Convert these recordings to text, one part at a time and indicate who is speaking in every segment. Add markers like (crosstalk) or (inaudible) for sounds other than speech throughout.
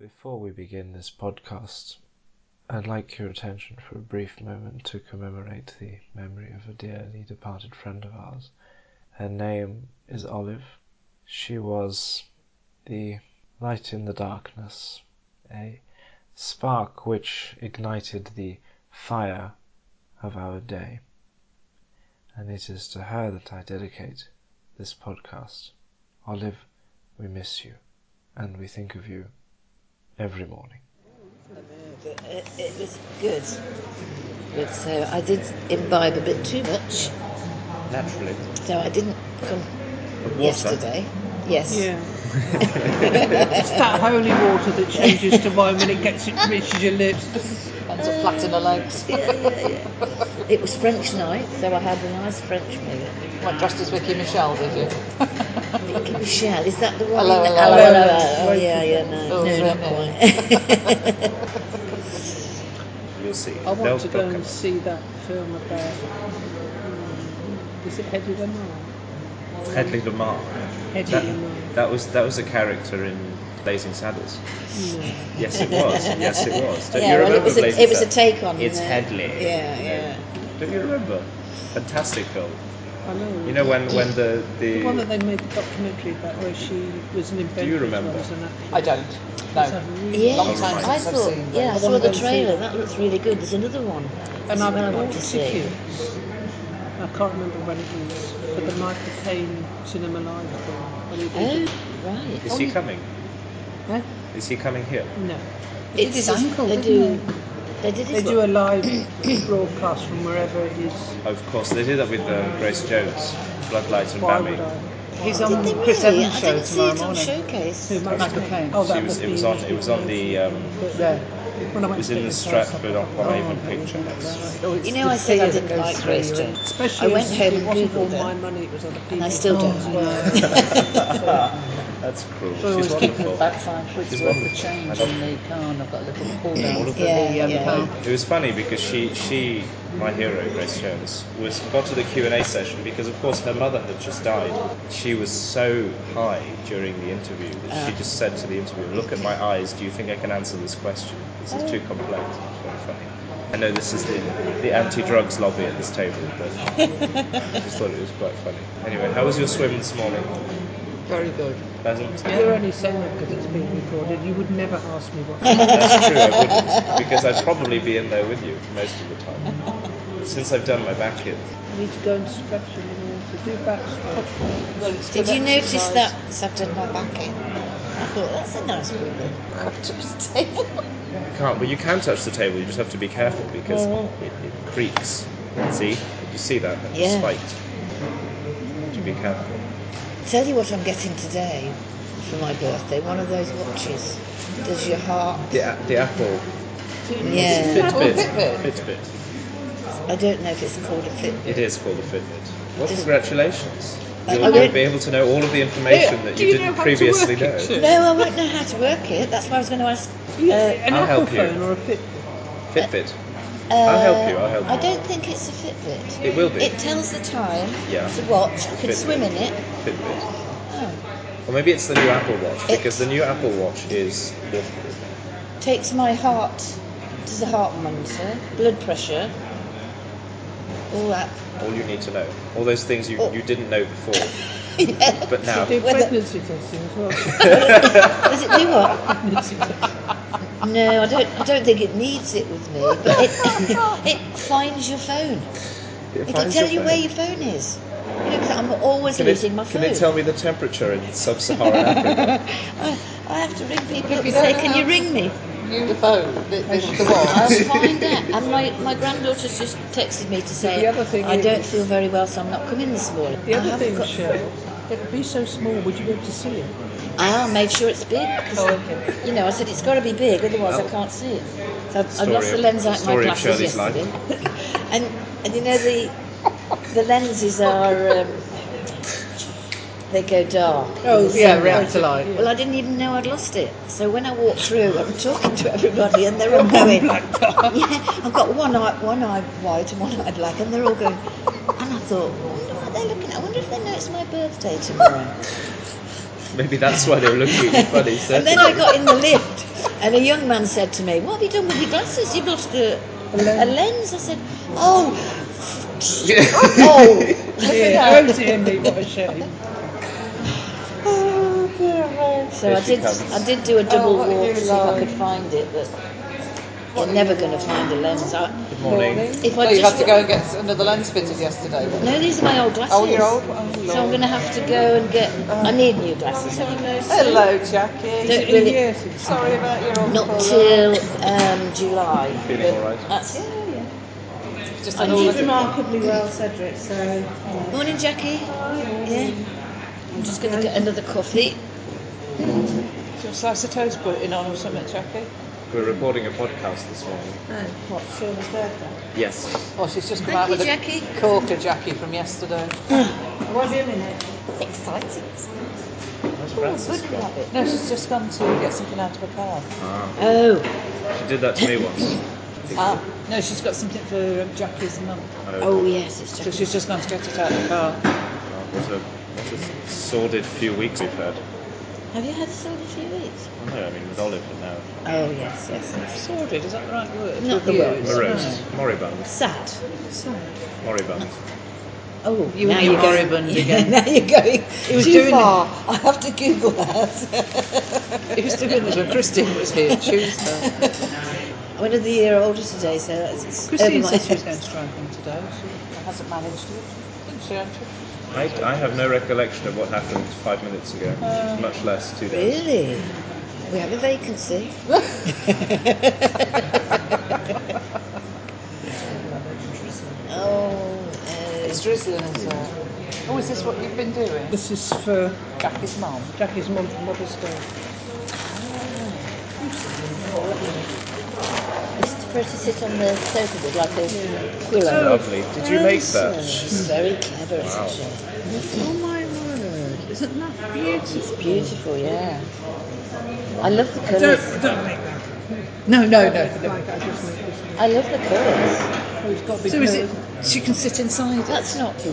Speaker 1: Before we begin this podcast, I'd like your attention for a brief moment to commemorate the memory of a dearly departed friend of ours. Her name is Olive. She was the light in the darkness, a spark which ignited the fire of our day. And it is to her that I dedicate this podcast. Olive, we miss you, and we think of you every morning.
Speaker 2: It, it was good. But so I did imbibe a bit too much,
Speaker 3: Naturally.
Speaker 2: so I didn't come
Speaker 3: Water.
Speaker 2: yesterday. Yes.
Speaker 4: Yeah.
Speaker 3: (laughs)
Speaker 4: it's that holy water that changes to wine when it gets it reaches your lips.
Speaker 5: and to flatten her legs.
Speaker 2: Yeah, yeah, yeah. It was French night, so I had a nice French meal.
Speaker 5: Like dressed as Vicky Michelle, did you?
Speaker 2: Vicky Michelle, is that the one?
Speaker 5: Hello,
Speaker 2: in-
Speaker 5: hello,
Speaker 4: hello.
Speaker 2: Oh, yeah, yeah, no,
Speaker 5: Oh,
Speaker 2: no, not
Speaker 5: yeah.
Speaker 2: quite.
Speaker 3: You'll see.
Speaker 4: I want
Speaker 3: They'll
Speaker 4: to go
Speaker 3: book
Speaker 4: and
Speaker 3: us.
Speaker 4: see that film about. um, Is it Hedy Lamarr?
Speaker 3: Hedley Lamar.
Speaker 4: Hedy Lamarr.
Speaker 3: That, that was that was a character in Blazing Saddles.
Speaker 2: (laughs)
Speaker 3: Yes, it was. Yes, it was. Don't
Speaker 2: yeah,
Speaker 3: you
Speaker 2: well,
Speaker 3: remember
Speaker 2: it was, a,
Speaker 3: Blazing
Speaker 2: it was a
Speaker 3: Saddles?
Speaker 2: take on.
Speaker 3: It's
Speaker 2: you know.
Speaker 3: Hedley.
Speaker 2: Yeah,
Speaker 3: you know.
Speaker 2: yeah.
Speaker 3: Don't you remember? Fantastic film.
Speaker 4: I know.
Speaker 3: You know when when the the,
Speaker 4: The one that they made the documentary about where she was an inventor.
Speaker 3: you
Speaker 4: as well
Speaker 3: remember?
Speaker 4: as an actress.
Speaker 5: I don't.
Speaker 4: It's a
Speaker 5: No.
Speaker 4: really-
Speaker 2: Yeah,
Speaker 5: Long
Speaker 3: time
Speaker 2: I
Speaker 5: since I've
Speaker 2: thought,
Speaker 5: seen that.
Speaker 2: yeah, I
Speaker 4: I
Speaker 2: saw
Speaker 4: wanna go
Speaker 2: the
Speaker 4: and see
Speaker 2: trailer.
Speaker 4: that.
Speaker 2: That looks really good. There's another one.
Speaker 4: And I
Speaker 2: That's what I
Speaker 4: bought
Speaker 2: want to see.
Speaker 4: tickets. I can't remember when it was, for the Michael Caine Cinema Live film. When he did
Speaker 2: Oh, right.
Speaker 3: is he coming?
Speaker 4: Huh?
Speaker 3: Is he coming here?
Speaker 4: it. No.
Speaker 2: Oh, It's
Speaker 5: his ankle,
Speaker 2: They
Speaker 5: didn't
Speaker 2: do. They did
Speaker 4: They
Speaker 2: his.
Speaker 4: do a live broadcast from wherever it is.
Speaker 3: Of course, they did that with uh, Grace Jones, Bloodlight and
Speaker 4: Why would
Speaker 3: Mammy.
Speaker 4: I?
Speaker 5: He's
Speaker 2: Did
Speaker 5: on
Speaker 2: they
Speaker 5: the
Speaker 2: really?
Speaker 5: Chris Evans
Speaker 2: I
Speaker 5: show
Speaker 2: didn't see
Speaker 5: tomorrow
Speaker 2: it on
Speaker 5: morning.
Speaker 2: showcase.
Speaker 4: Who must
Speaker 5: Michael
Speaker 4: be-
Speaker 5: Caine.
Speaker 4: Oh, that
Speaker 3: She was,
Speaker 4: must
Speaker 3: it was
Speaker 4: be-
Speaker 3: on it was on the um,
Speaker 4: But there. When I went
Speaker 3: was
Speaker 4: to
Speaker 3: in
Speaker 4: get
Speaker 3: the
Speaker 4: the first
Speaker 3: Stratford
Speaker 4: one.
Speaker 3: upon Avon
Speaker 4: Oh,
Speaker 3: picture.
Speaker 5: Oh, it's
Speaker 2: You know,
Speaker 5: the
Speaker 2: I said I
Speaker 5: fear that
Speaker 2: didn't
Speaker 5: goes
Speaker 2: like
Speaker 5: through
Speaker 2: Grace
Speaker 5: you.
Speaker 2: Jones.
Speaker 4: Especially
Speaker 2: I went
Speaker 4: as
Speaker 2: home
Speaker 4: it
Speaker 2: and
Speaker 4: wasn't all
Speaker 2: Googled it.
Speaker 4: my money, it was other
Speaker 2: And I
Speaker 4: people's
Speaker 2: still don't
Speaker 4: as
Speaker 2: like
Speaker 5: (laughs)
Speaker 4: well.
Speaker 3: That's cruel.
Speaker 5: So I
Speaker 3: She's
Speaker 5: was keeping
Speaker 3: wonderful.
Speaker 5: about five quid's
Speaker 3: She's
Speaker 5: worth
Speaker 3: wonderful.
Speaker 5: of change
Speaker 3: I love
Speaker 5: in the car, and I've got a little pull down.
Speaker 3: of
Speaker 2: (laughs) Yeah,
Speaker 5: the, um,
Speaker 2: yeah.
Speaker 3: It was funny because she, she, my hero, Grace Jones, was got to the Q and A session because, of course, her mother had just died. She was so high during the interview that she just said to the interviewer, "Look at my eyes. Do you think I can answer this question? This is too complex." It's very funny. I know this is the, the anti-drugs lobby at this table, but I just thought it was quite funny. Anyway, how was your swim this morning?
Speaker 5: Very good.
Speaker 3: Pleasant.
Speaker 4: You're only saying that because it's being recorded. You would never ask
Speaker 2: (laughs)
Speaker 4: me what.
Speaker 3: That's true, I wouldn't, because I'd probably be in there with you most of the time. Since I've done my back in,
Speaker 4: I need to go and stretch a little to do
Speaker 2: Uh,
Speaker 4: backstroke.
Speaker 5: Well, it's
Speaker 2: Did
Speaker 5: good
Speaker 2: you notice
Speaker 5: exercise.
Speaker 2: that? So I've done my back in. I thought that's a nice woman. I've touched the table.
Speaker 3: you can't. Well, you can touch the table. You just have to be careful because it, it creaks. See, you see that? It's
Speaker 2: Yeah.
Speaker 3: spiked. You have to be careful.
Speaker 2: (laughs) Tell you what I'm getting today for my birthday. One of those watches. Does your heart?
Speaker 3: The, a- the apple.
Speaker 2: Yeah.
Speaker 3: Fitbit.
Speaker 5: Fitbit.
Speaker 3: Fitbit.
Speaker 2: I don't know if it's called a Fitbit.
Speaker 3: It is called a Fitbit. Well, congratulations.
Speaker 2: I
Speaker 3: You'll, you'll
Speaker 2: won't-
Speaker 3: be able to know all of the information that
Speaker 4: Do
Speaker 3: you
Speaker 4: you know
Speaker 3: didn't
Speaker 4: how to
Speaker 3: previously
Speaker 4: work
Speaker 3: know.
Speaker 4: it?
Speaker 2: No, I won't know how to work it. That's why I was going to ask.
Speaker 4: An
Speaker 3: I'll
Speaker 4: Apple
Speaker 3: help you.
Speaker 4: phone or a
Speaker 2: (laughs)
Speaker 4: Fitbit.
Speaker 3: Fitbit.
Speaker 2: Uh,
Speaker 3: I'll help you, I'll help
Speaker 2: I
Speaker 3: you.
Speaker 2: don't think it's a Fitbit.
Speaker 3: It will be.
Speaker 2: It tells the time.
Speaker 3: Yeah.
Speaker 2: It's a watch. I can
Speaker 3: Fitbit.
Speaker 2: swim in it.
Speaker 3: Fitbit.
Speaker 2: Oh.
Speaker 3: Or maybe it's the new Apple Watch
Speaker 2: It-
Speaker 3: because the new Apple Watch is awful.
Speaker 2: Takes my heart. Does the heart monitor? Blood pressure. All that. (laughs)
Speaker 3: all you need to know. All those things you,
Speaker 2: Oh.
Speaker 3: you didn't know
Speaker 2: (laughs)
Speaker 3: before,
Speaker 2: yeah.
Speaker 3: but now.
Speaker 2: (laughs)
Speaker 4: Do
Speaker 2: Whether-
Speaker 4: pregnancy testing as well.
Speaker 2: Does it do what? (laughs) No, I don't. I don't think it needs it with me. But it, (laughs) it finds your phone. It'll
Speaker 3: finds
Speaker 2: tell
Speaker 3: your
Speaker 2: you
Speaker 3: phone.
Speaker 2: where your phone is. You know, 'cause I'm always
Speaker 3: Can
Speaker 2: losing
Speaker 3: it,
Speaker 2: my phone.
Speaker 3: can it
Speaker 2: (laughs)
Speaker 3: tell me the temperature in sub-Saharan Africa?
Speaker 2: I, I have to ring people up and
Speaker 5: If you don't
Speaker 2: say,
Speaker 5: know
Speaker 2: "Can you
Speaker 5: how
Speaker 2: ring me?"
Speaker 5: You the phone, the, the, the
Speaker 2: I'll
Speaker 5: watch.
Speaker 2: find out. And
Speaker 4: (laughs)
Speaker 2: my, my granddaughter's just texted me to say,
Speaker 4: The other thing
Speaker 2: I don't
Speaker 4: is-
Speaker 2: feel very well, so I'm not coming this morning.
Speaker 4: The
Speaker 2: I
Speaker 4: other
Speaker 2: haven't
Speaker 4: thing,
Speaker 2: got-
Speaker 4: Cheryl, it would be so small, would you be able to see it? Oh,
Speaker 2: I made sure it's big because, you know, I said it's got to be big, otherwise I can't see it. So I've, I've
Speaker 3: Story
Speaker 2: lost the
Speaker 3: of-
Speaker 2: lens out of my
Speaker 3: story of
Speaker 2: glasses
Speaker 3: Shirley's life.
Speaker 2: yesterday. (laughs) and, and you know, the, the lenses are, um, they go dark.
Speaker 4: Oh,
Speaker 2: with the
Speaker 4: yeah,
Speaker 2: sunlight.
Speaker 4: right to light,
Speaker 2: Well, I didn't even know I'd lost it. So when I walk through, I'm talking to everybody and they're all going, (laughs) yeah, I've got one eye, one eye white and one eye black, and they're all going, and I thought, I wonder what they're looking at. I wonder if they know it's my birthday tomorrow.
Speaker 3: Maybe that's why they were looking at you funny.
Speaker 2: And
Speaker 3: Certainly.
Speaker 2: then I got in the lift And a young man said to me, What have you done with your glasses? You've lost a, a lens. I said, Oh, oh,
Speaker 4: Dear, oh dear me, what
Speaker 2: (laughs)
Speaker 4: a shame.
Speaker 2: oh, dear me. So
Speaker 3: Here
Speaker 2: I
Speaker 3: she
Speaker 2: did,
Speaker 3: comes.
Speaker 2: I did do a double
Speaker 5: Oh, what
Speaker 2: walk
Speaker 5: you
Speaker 2: to see if I
Speaker 5: like.
Speaker 2: could find it, but you're never going to find a lens. I,
Speaker 3: Good morning.
Speaker 2: if I
Speaker 5: Well, you
Speaker 2: just
Speaker 5: had to go and get another lens fitted yesterday.
Speaker 2: got- no, these are my old glasses.
Speaker 5: Oh, your old ones.
Speaker 2: so I'm going to have to go and get. I need new glasses. I think.
Speaker 5: Hello, Jackie.
Speaker 2: Don't
Speaker 4: In
Speaker 2: really,
Speaker 4: years, it's
Speaker 5: Sorry about your old
Speaker 2: not
Speaker 5: colour.
Speaker 2: till um, July.
Speaker 3: Feeling
Speaker 2: but
Speaker 3: all right?
Speaker 2: That's it.
Speaker 5: Just
Speaker 6: And
Speaker 5: an
Speaker 6: he's
Speaker 5: order.
Speaker 6: remarkably well, Cedric, so. you know.
Speaker 2: Morning, Jackie. Yeah. I'm just going to get another coffee.
Speaker 5: Some slice of toast putting on or something, Oh, Jackie.
Speaker 3: We're recording a podcast this morning.
Speaker 6: Oh, what, Sean's birthday?
Speaker 3: Yes.
Speaker 5: Well, Oh, she's just come
Speaker 2: Thank
Speaker 5: out
Speaker 2: you,
Speaker 5: with
Speaker 2: Jackie.
Speaker 5: a corker Jackie from yesterday.
Speaker 6: What do you mean it?
Speaker 2: Exciting. Oh,
Speaker 3: Where's Francis gone?
Speaker 5: No, she's just gone to get something out of her car.
Speaker 3: Ah,
Speaker 2: Oh,
Speaker 3: she did that to me once.
Speaker 5: Ah, no, she's got something for um, Jackie's mum.
Speaker 3: Oh,
Speaker 2: oh yes, it's
Speaker 5: So
Speaker 2: Jackie.
Speaker 5: she's just gone to get it out of the car.
Speaker 3: what, a, what a sordid few weeks we've had.
Speaker 2: Have you had this over a few weeks?
Speaker 3: I don't know, I mean, with Olive but now.
Speaker 2: Oh yes, yes, yes.
Speaker 5: Sordid, is that the Oh, right word?
Speaker 2: Not the
Speaker 5: Yes.
Speaker 2: word.
Speaker 3: Morose. Moribund.
Speaker 2: Sad.
Speaker 3: Moribund.
Speaker 2: Oh,
Speaker 5: You
Speaker 2: now
Speaker 5: and your
Speaker 2: you're going- (laughs)
Speaker 5: moribund
Speaker 2: Yeah,
Speaker 5: again.
Speaker 2: now you're going
Speaker 5: He was
Speaker 2: too
Speaker 5: doing it.
Speaker 2: far. I have to Google
Speaker 5: (laughs)
Speaker 2: that.
Speaker 5: He was doing this when Christine was here Tuesday.
Speaker 2: (laughs) I'm another year uh, older today, so it's- it's
Speaker 5: Christine
Speaker 2: over my
Speaker 5: said she was
Speaker 2: head.
Speaker 5: going
Speaker 2: (laughs)
Speaker 5: to try and come today. She hasn't managed it. Didn't she, Andrew?
Speaker 3: I, I have no recollection of what happened five minutes ago, much less two days.
Speaker 2: Really? We have a vacancy. oh, uh,
Speaker 5: (laughs) It's drizzling as well. Oh, is this what you've been doing?
Speaker 4: This is for
Speaker 5: Jackie's mum.
Speaker 4: Jackie's mum for Mother's Day.
Speaker 2: it's for her to sit on the sofa with like a quillo.
Speaker 3: Lovely. Did you make that?
Speaker 2: She's very clever,
Speaker 3: Wow.
Speaker 2: isn't she?
Speaker 6: Oh my word, isn't that beautiful?
Speaker 2: Beautiful, yeah. I love the colours.
Speaker 4: Don't, don't make that.
Speaker 5: No, no, no.
Speaker 4: Like I just made this.
Speaker 2: I love the colours.
Speaker 4: Oh, it's got to be
Speaker 5: So is
Speaker 4: blue.
Speaker 5: it? She can sit inside.
Speaker 2: That's not blue.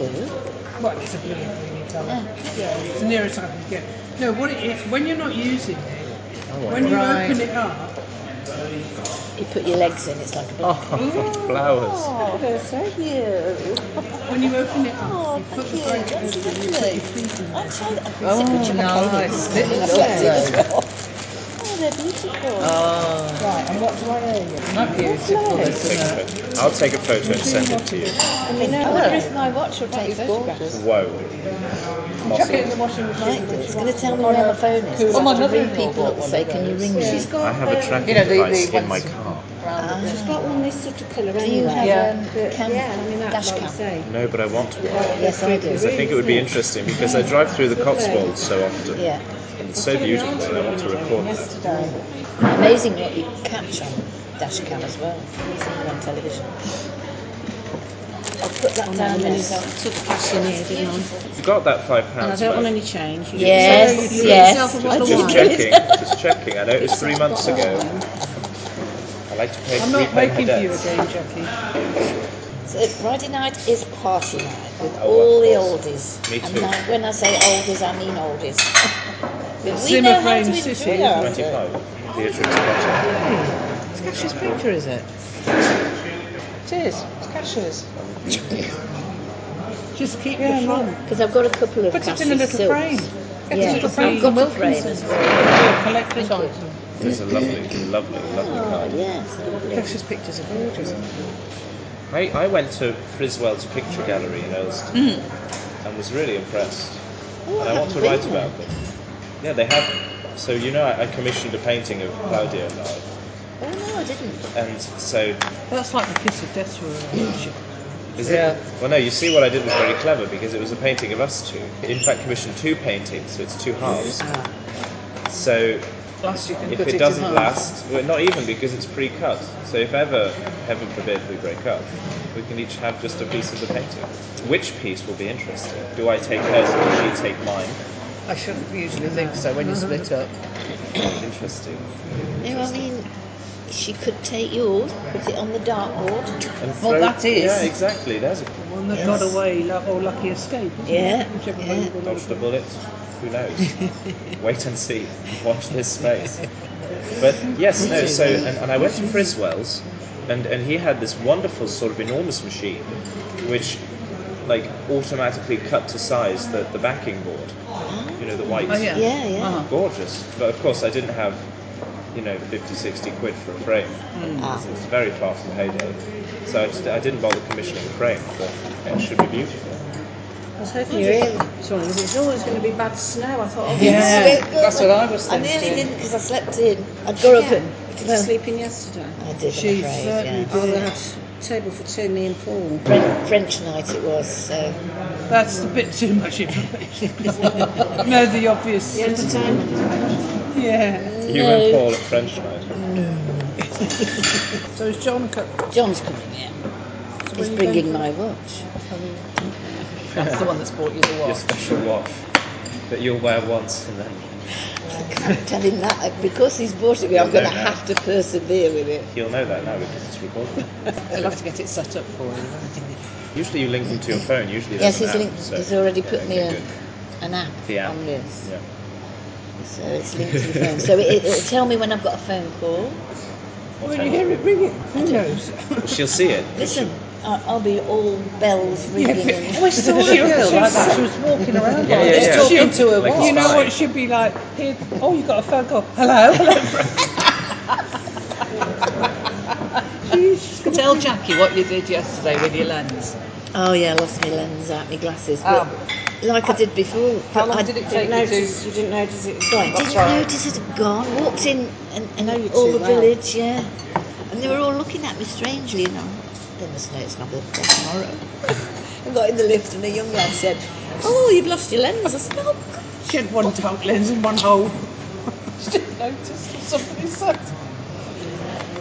Speaker 4: Well, it's a blue and green colour.
Speaker 2: Yeah.
Speaker 4: Yeah, it's the nearest I can get. No, what it is, when you're not using it,
Speaker 3: Oh,
Speaker 4: when you
Speaker 5: Right.
Speaker 4: open it up,
Speaker 2: You put your legs in, it's like a blanket.
Speaker 6: (laughs)
Speaker 2: (laughs)
Speaker 3: Oh, flowers.
Speaker 2: Oh, so cute.
Speaker 4: when you open it up,
Speaker 2: Oh,
Speaker 4: you put
Speaker 2: thank
Speaker 4: the
Speaker 2: you.
Speaker 4: blanket
Speaker 2: That's
Speaker 4: over it, you put
Speaker 2: lovely.
Speaker 4: your feet in
Speaker 2: I tried. I can sit with your McCain
Speaker 5: Oh, nice.
Speaker 2: in
Speaker 5: Little
Speaker 2: the flat
Speaker 5: yellow.
Speaker 2: as well. Oh, they're beautiful.
Speaker 5: Oh,
Speaker 2: right, and what do I owe
Speaker 5: not beautiful,
Speaker 3: Take
Speaker 5: isn't
Speaker 3: a
Speaker 5: it?
Speaker 3: photo. I'll take a photo and send it to you.
Speaker 2: you? I mean, I wonder if my watch will take photographs
Speaker 5: gorgeous.
Speaker 3: Whoa. Awesome.
Speaker 2: like this. It's going to tell me where my phone is. Well,
Speaker 5: my
Speaker 2: I have to ring
Speaker 5: mother-in-law
Speaker 2: people up and say, can you ring me? Ah.
Speaker 6: She's got,
Speaker 3: I have a
Speaker 6: um,
Speaker 3: tracking
Speaker 5: You know, the-
Speaker 3: device
Speaker 5: the
Speaker 3: in my
Speaker 5: ones-
Speaker 3: car.
Speaker 6: she's got all this sort of colour
Speaker 2: Do you have
Speaker 6: anyway.
Speaker 5: Yeah.
Speaker 2: um,
Speaker 6: But
Speaker 2: cam,
Speaker 6: yeah, I mean, that,
Speaker 2: dash
Speaker 6: like you
Speaker 2: cam?
Speaker 6: say.
Speaker 3: No, but I want one.
Speaker 2: Yes, I
Speaker 3: Because I
Speaker 2: do.
Speaker 3: think it would be interesting because I drive through the Cotswolds so often.
Speaker 2: Yeah.
Speaker 3: And it's so beautiful and I want to record that.
Speaker 2: Amazing what you catch on dash cam as well. It's even on television. I'll put that down there.
Speaker 6: Took the cash in here, didn't I?
Speaker 3: You got that five
Speaker 6: And I
Speaker 3: pounds
Speaker 6: don't want
Speaker 3: back.
Speaker 6: any change. You
Speaker 2: Yes,
Speaker 6: get yourself- you
Speaker 2: yes.
Speaker 6: get yourself a bottle of
Speaker 3: Just
Speaker 2: (laughs)
Speaker 6: wine.
Speaker 3: checking. Just checking. I know it was three months ago. I like to pay
Speaker 4: I'm
Speaker 3: three
Speaker 4: not
Speaker 3: pound my
Speaker 4: making for you
Speaker 3: debts.
Speaker 4: again, Jackie.
Speaker 2: So Friday night is party night with
Speaker 3: Oh,
Speaker 2: all
Speaker 3: of
Speaker 2: the
Speaker 3: course.
Speaker 2: oldies.
Speaker 3: Me
Speaker 2: And
Speaker 3: too.
Speaker 2: like, when I say oldies, I mean (laughs) oldies. But we
Speaker 4: Zimmer
Speaker 2: know how to
Speaker 4: Frame
Speaker 2: enjoy
Speaker 4: City, isn't
Speaker 2: ourselves.
Speaker 3: Twenty-five. Beatrix Potter.
Speaker 5: It's Cash's picture, is it? It is. It's Cash's.
Speaker 4: Just keep the front.
Speaker 2: Because I've got a couple of
Speaker 5: Put it in a
Speaker 2: massive
Speaker 5: little
Speaker 2: silks.
Speaker 5: frame. Get
Speaker 2: Yeah,
Speaker 5: a little
Speaker 2: I've
Speaker 5: frame
Speaker 2: got
Speaker 5: from
Speaker 2: a frame
Speaker 5: Wilkinson.
Speaker 2: as
Speaker 5: Yeah, collector's item.
Speaker 3: There's a lovely, lovely, lovely
Speaker 2: Oh,
Speaker 3: card.
Speaker 2: yes.
Speaker 5: Cash's pictures are gorgeous. aren't they?
Speaker 3: I, I went to Friswell's picture gallery in Elston and was really impressed.
Speaker 2: Oh,
Speaker 3: and I want to
Speaker 2: haven't
Speaker 3: write
Speaker 2: been
Speaker 3: about them. Yeah, they have. them. So you know, I, I commissioned a painting of Claudio now,
Speaker 2: there. Oh, no, I didn't.
Speaker 3: and so
Speaker 4: That's like the kiss of death for a
Speaker 3: Is it? Well, no. You see, what I did was very clever because it was a painting of us two. In fact, commissioned two paintings, so it's two halves. So
Speaker 5: Plus, you can
Speaker 3: if
Speaker 5: cut
Speaker 3: it
Speaker 5: in
Speaker 3: doesn't
Speaker 5: half.
Speaker 3: last, well, not even because it's pre-cut. So if ever, heaven forbid, we break up, we can each have just a piece of the painting. Which piece will be interesting? Do I take hers or do you take mine?
Speaker 5: I shouldn't usually think so when you split up.
Speaker 3: Interesting.
Speaker 2: No, I mean, she could take yours, put it on the dartboard.
Speaker 3: And
Speaker 5: Well, that is-
Speaker 3: Yeah, exactly. There's a
Speaker 4: one that got away lu- or lucky escape. isn't it?
Speaker 2: Yeah,
Speaker 4: Whichever way
Speaker 2: yeah.
Speaker 4: you wanna
Speaker 3: dodge the
Speaker 4: look
Speaker 3: bullet.
Speaker 5: (laughs)
Speaker 3: Who knows? Wait and see. Watch this space. But yes, no. So, and, and I went to Friswell's, and and he had this wonderful sort of enormous machine, which like automatically cut to size the, the backing board. You know the white.
Speaker 5: Oh, yeah.
Speaker 2: Yeah, yeah.
Speaker 5: Uh-huh.
Speaker 3: Gorgeous. But of course, I didn't have. You know, 50, 60 quid for a frame.
Speaker 2: Ah.
Speaker 5: Mm.
Speaker 3: It was very far from heyday. So I, just- I didn't bother commissioning a frame, but it should be beautiful.
Speaker 6: I was hoping you
Speaker 2: Really?
Speaker 6: were. Sorry, it was always going to be bad snow. I thought, oh,
Speaker 5: Yeah,
Speaker 2: It's a bit good.
Speaker 5: that's what I was
Speaker 2: I nearly
Speaker 5: thinking.
Speaker 2: didn't because I slept in. I'd got up and.
Speaker 6: did you
Speaker 2: Well,
Speaker 6: sleep in yesterday?
Speaker 2: I did, I'm
Speaker 4: She
Speaker 2: afraid,
Speaker 4: certainly
Speaker 2: yeah.
Speaker 6: Oh, they had table for two, me and Paul.
Speaker 2: French, French night it was, so.
Speaker 4: at. That's a bit too much
Speaker 5: (laughs)
Speaker 4: information. no, the obvious.
Speaker 6: The entertainment.
Speaker 4: Yeah.
Speaker 3: You and Paul at French night.
Speaker 4: So is John cut?
Speaker 2: John's coming in. He's
Speaker 4: you
Speaker 2: bringing
Speaker 4: going
Speaker 2: my watch. (laughs)
Speaker 5: That's the one that's brought you the
Speaker 3: your
Speaker 5: watch.
Speaker 3: special watch that you'll wear once and then
Speaker 2: I can't tell him that I- because he's bought it. I'm going to
Speaker 3: no, no.
Speaker 2: have to persevere with it.
Speaker 3: he'll know that now because it's recorded.
Speaker 5: They'll have to get it set up for you. won't (laughs) they?
Speaker 3: usually you link them to your phone. Usually
Speaker 2: Yes,
Speaker 3: there's
Speaker 2: he's
Speaker 3: an
Speaker 2: linked.
Speaker 3: app, so-
Speaker 2: he's already
Speaker 3: Yeah,
Speaker 2: put me
Speaker 3: okay,
Speaker 2: a,
Speaker 3: good.
Speaker 2: an app
Speaker 3: The app.
Speaker 2: on this,
Speaker 3: Yeah.
Speaker 2: so it's linked to the phone. So it, it'll tell me when I've got a phone call.
Speaker 4: When you hear it
Speaker 2: (laughs)
Speaker 4: ringing, who knows?
Speaker 3: She'll see it.
Speaker 2: Listen, I- I'll be all bells ringing. and-
Speaker 5: I saw a girl like that. She was walking around
Speaker 3: Yeah,
Speaker 5: like
Speaker 3: yeah,
Speaker 5: this,
Speaker 3: yeah.
Speaker 5: talking to her
Speaker 3: Like oh,
Speaker 5: watch.
Speaker 3: a
Speaker 4: you know
Speaker 3: spy.
Speaker 4: what? She'd be like, here, oh, you got a phone call. Hello, hello. She's gonna-
Speaker 5: Tell Jackie what you did yesterday with your lens.
Speaker 2: (laughs) Oh yeah, I lost my lens out, my glasses. But
Speaker 5: Oh.
Speaker 2: like I did before.
Speaker 5: How
Speaker 2: but
Speaker 5: long
Speaker 2: I
Speaker 5: did it
Speaker 2: didn't
Speaker 5: take you
Speaker 2: notice-
Speaker 5: to? You didn't notice it.
Speaker 2: I didn't notice it had gone. Walked in and, and
Speaker 6: Know you
Speaker 2: all
Speaker 6: too
Speaker 2: the
Speaker 6: well.
Speaker 2: village, yeah. And they were all looking at me strangely, and I they must know it's my birthday tomorrow. (laughs) I got in the lift and the young lad said, "Oh, you've lost your lens." I said, "Oh, God."
Speaker 4: She had one tongue lens and one hole. (laughs) she didn't notice that somebody said.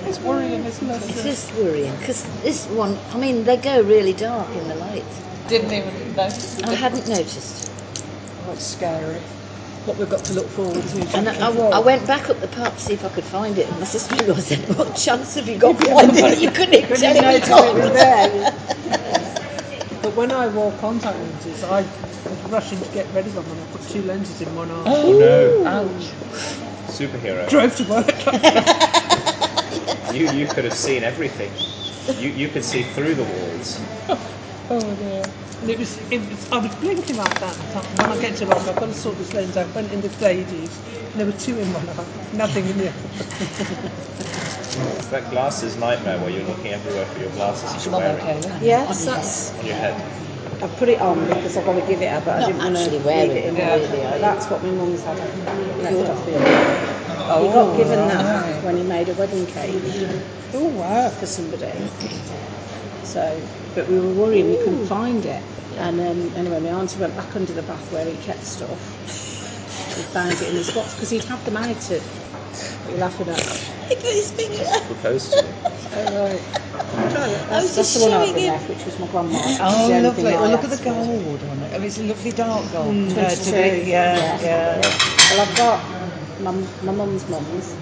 Speaker 4: It's worrying, isn't it?
Speaker 2: It is worrying because this one. I mean, they go really dark in the light.
Speaker 5: Didn't even notice.
Speaker 2: I hadn't noticed,
Speaker 4: That's scary. What we've got to look forward to.
Speaker 2: and I, I, I went back up the pub to see if I could find it. And my sister-in-law said, "What chance have you got finding it? You couldn't even tell him
Speaker 4: Couldn't
Speaker 2: at
Speaker 4: notice it
Speaker 2: all."
Speaker 4: was there. But when I wore contact lenses, I was rushing to get rid of them and I put two lenses in one eye.
Speaker 3: (laughs) Oh no! Superhero.
Speaker 4: Drove to (laughs) work.
Speaker 3: You you could have seen everything. You you could see through the walls.
Speaker 4: oh dear. And it was, it was, I was blinking like that. I thought, when I get to work, I've got to sort this lens out. Went in the ladies, and there were two in one eye, nothing in the other.
Speaker 3: It's that glasses nightmare where you're looking everywhere for your glasses that you're wearing
Speaker 6: Yes, that's.
Speaker 3: on your head.
Speaker 6: I put it on because I've got to give it her, but I
Speaker 2: Not
Speaker 6: didn't want to
Speaker 2: actually wear
Speaker 6: leave
Speaker 2: it,
Speaker 6: it in
Speaker 2: yeah.
Speaker 6: the That's what my mum's had. Left off the other. He got given that when he made a wedding cake. Oh wow! For somebody. So, but we were worrying we couldn't find it. And um, anyway, my auntie went back under the bath where he kept stuff. He found it in his box because he'd had them out at. You're laughing at.
Speaker 2: He put his finger out.
Speaker 3: Proposed to me.
Speaker 2: I was
Speaker 6: That's
Speaker 2: just
Speaker 6: the one I've
Speaker 2: showing
Speaker 6: been
Speaker 2: him.
Speaker 6: left, which was my grandma's. which is
Speaker 5: Oh,
Speaker 6: the only
Speaker 5: lovely.
Speaker 6: thing I
Speaker 5: Oh, look at
Speaker 6: asked
Speaker 5: the
Speaker 6: for.
Speaker 5: gold on it. I mean, it's a lovely dark gold. compared to
Speaker 6: 22,
Speaker 5: the- Mm, yeah,
Speaker 6: yeah.
Speaker 5: yeah.
Speaker 6: Well, I've got my, my mum's mum's,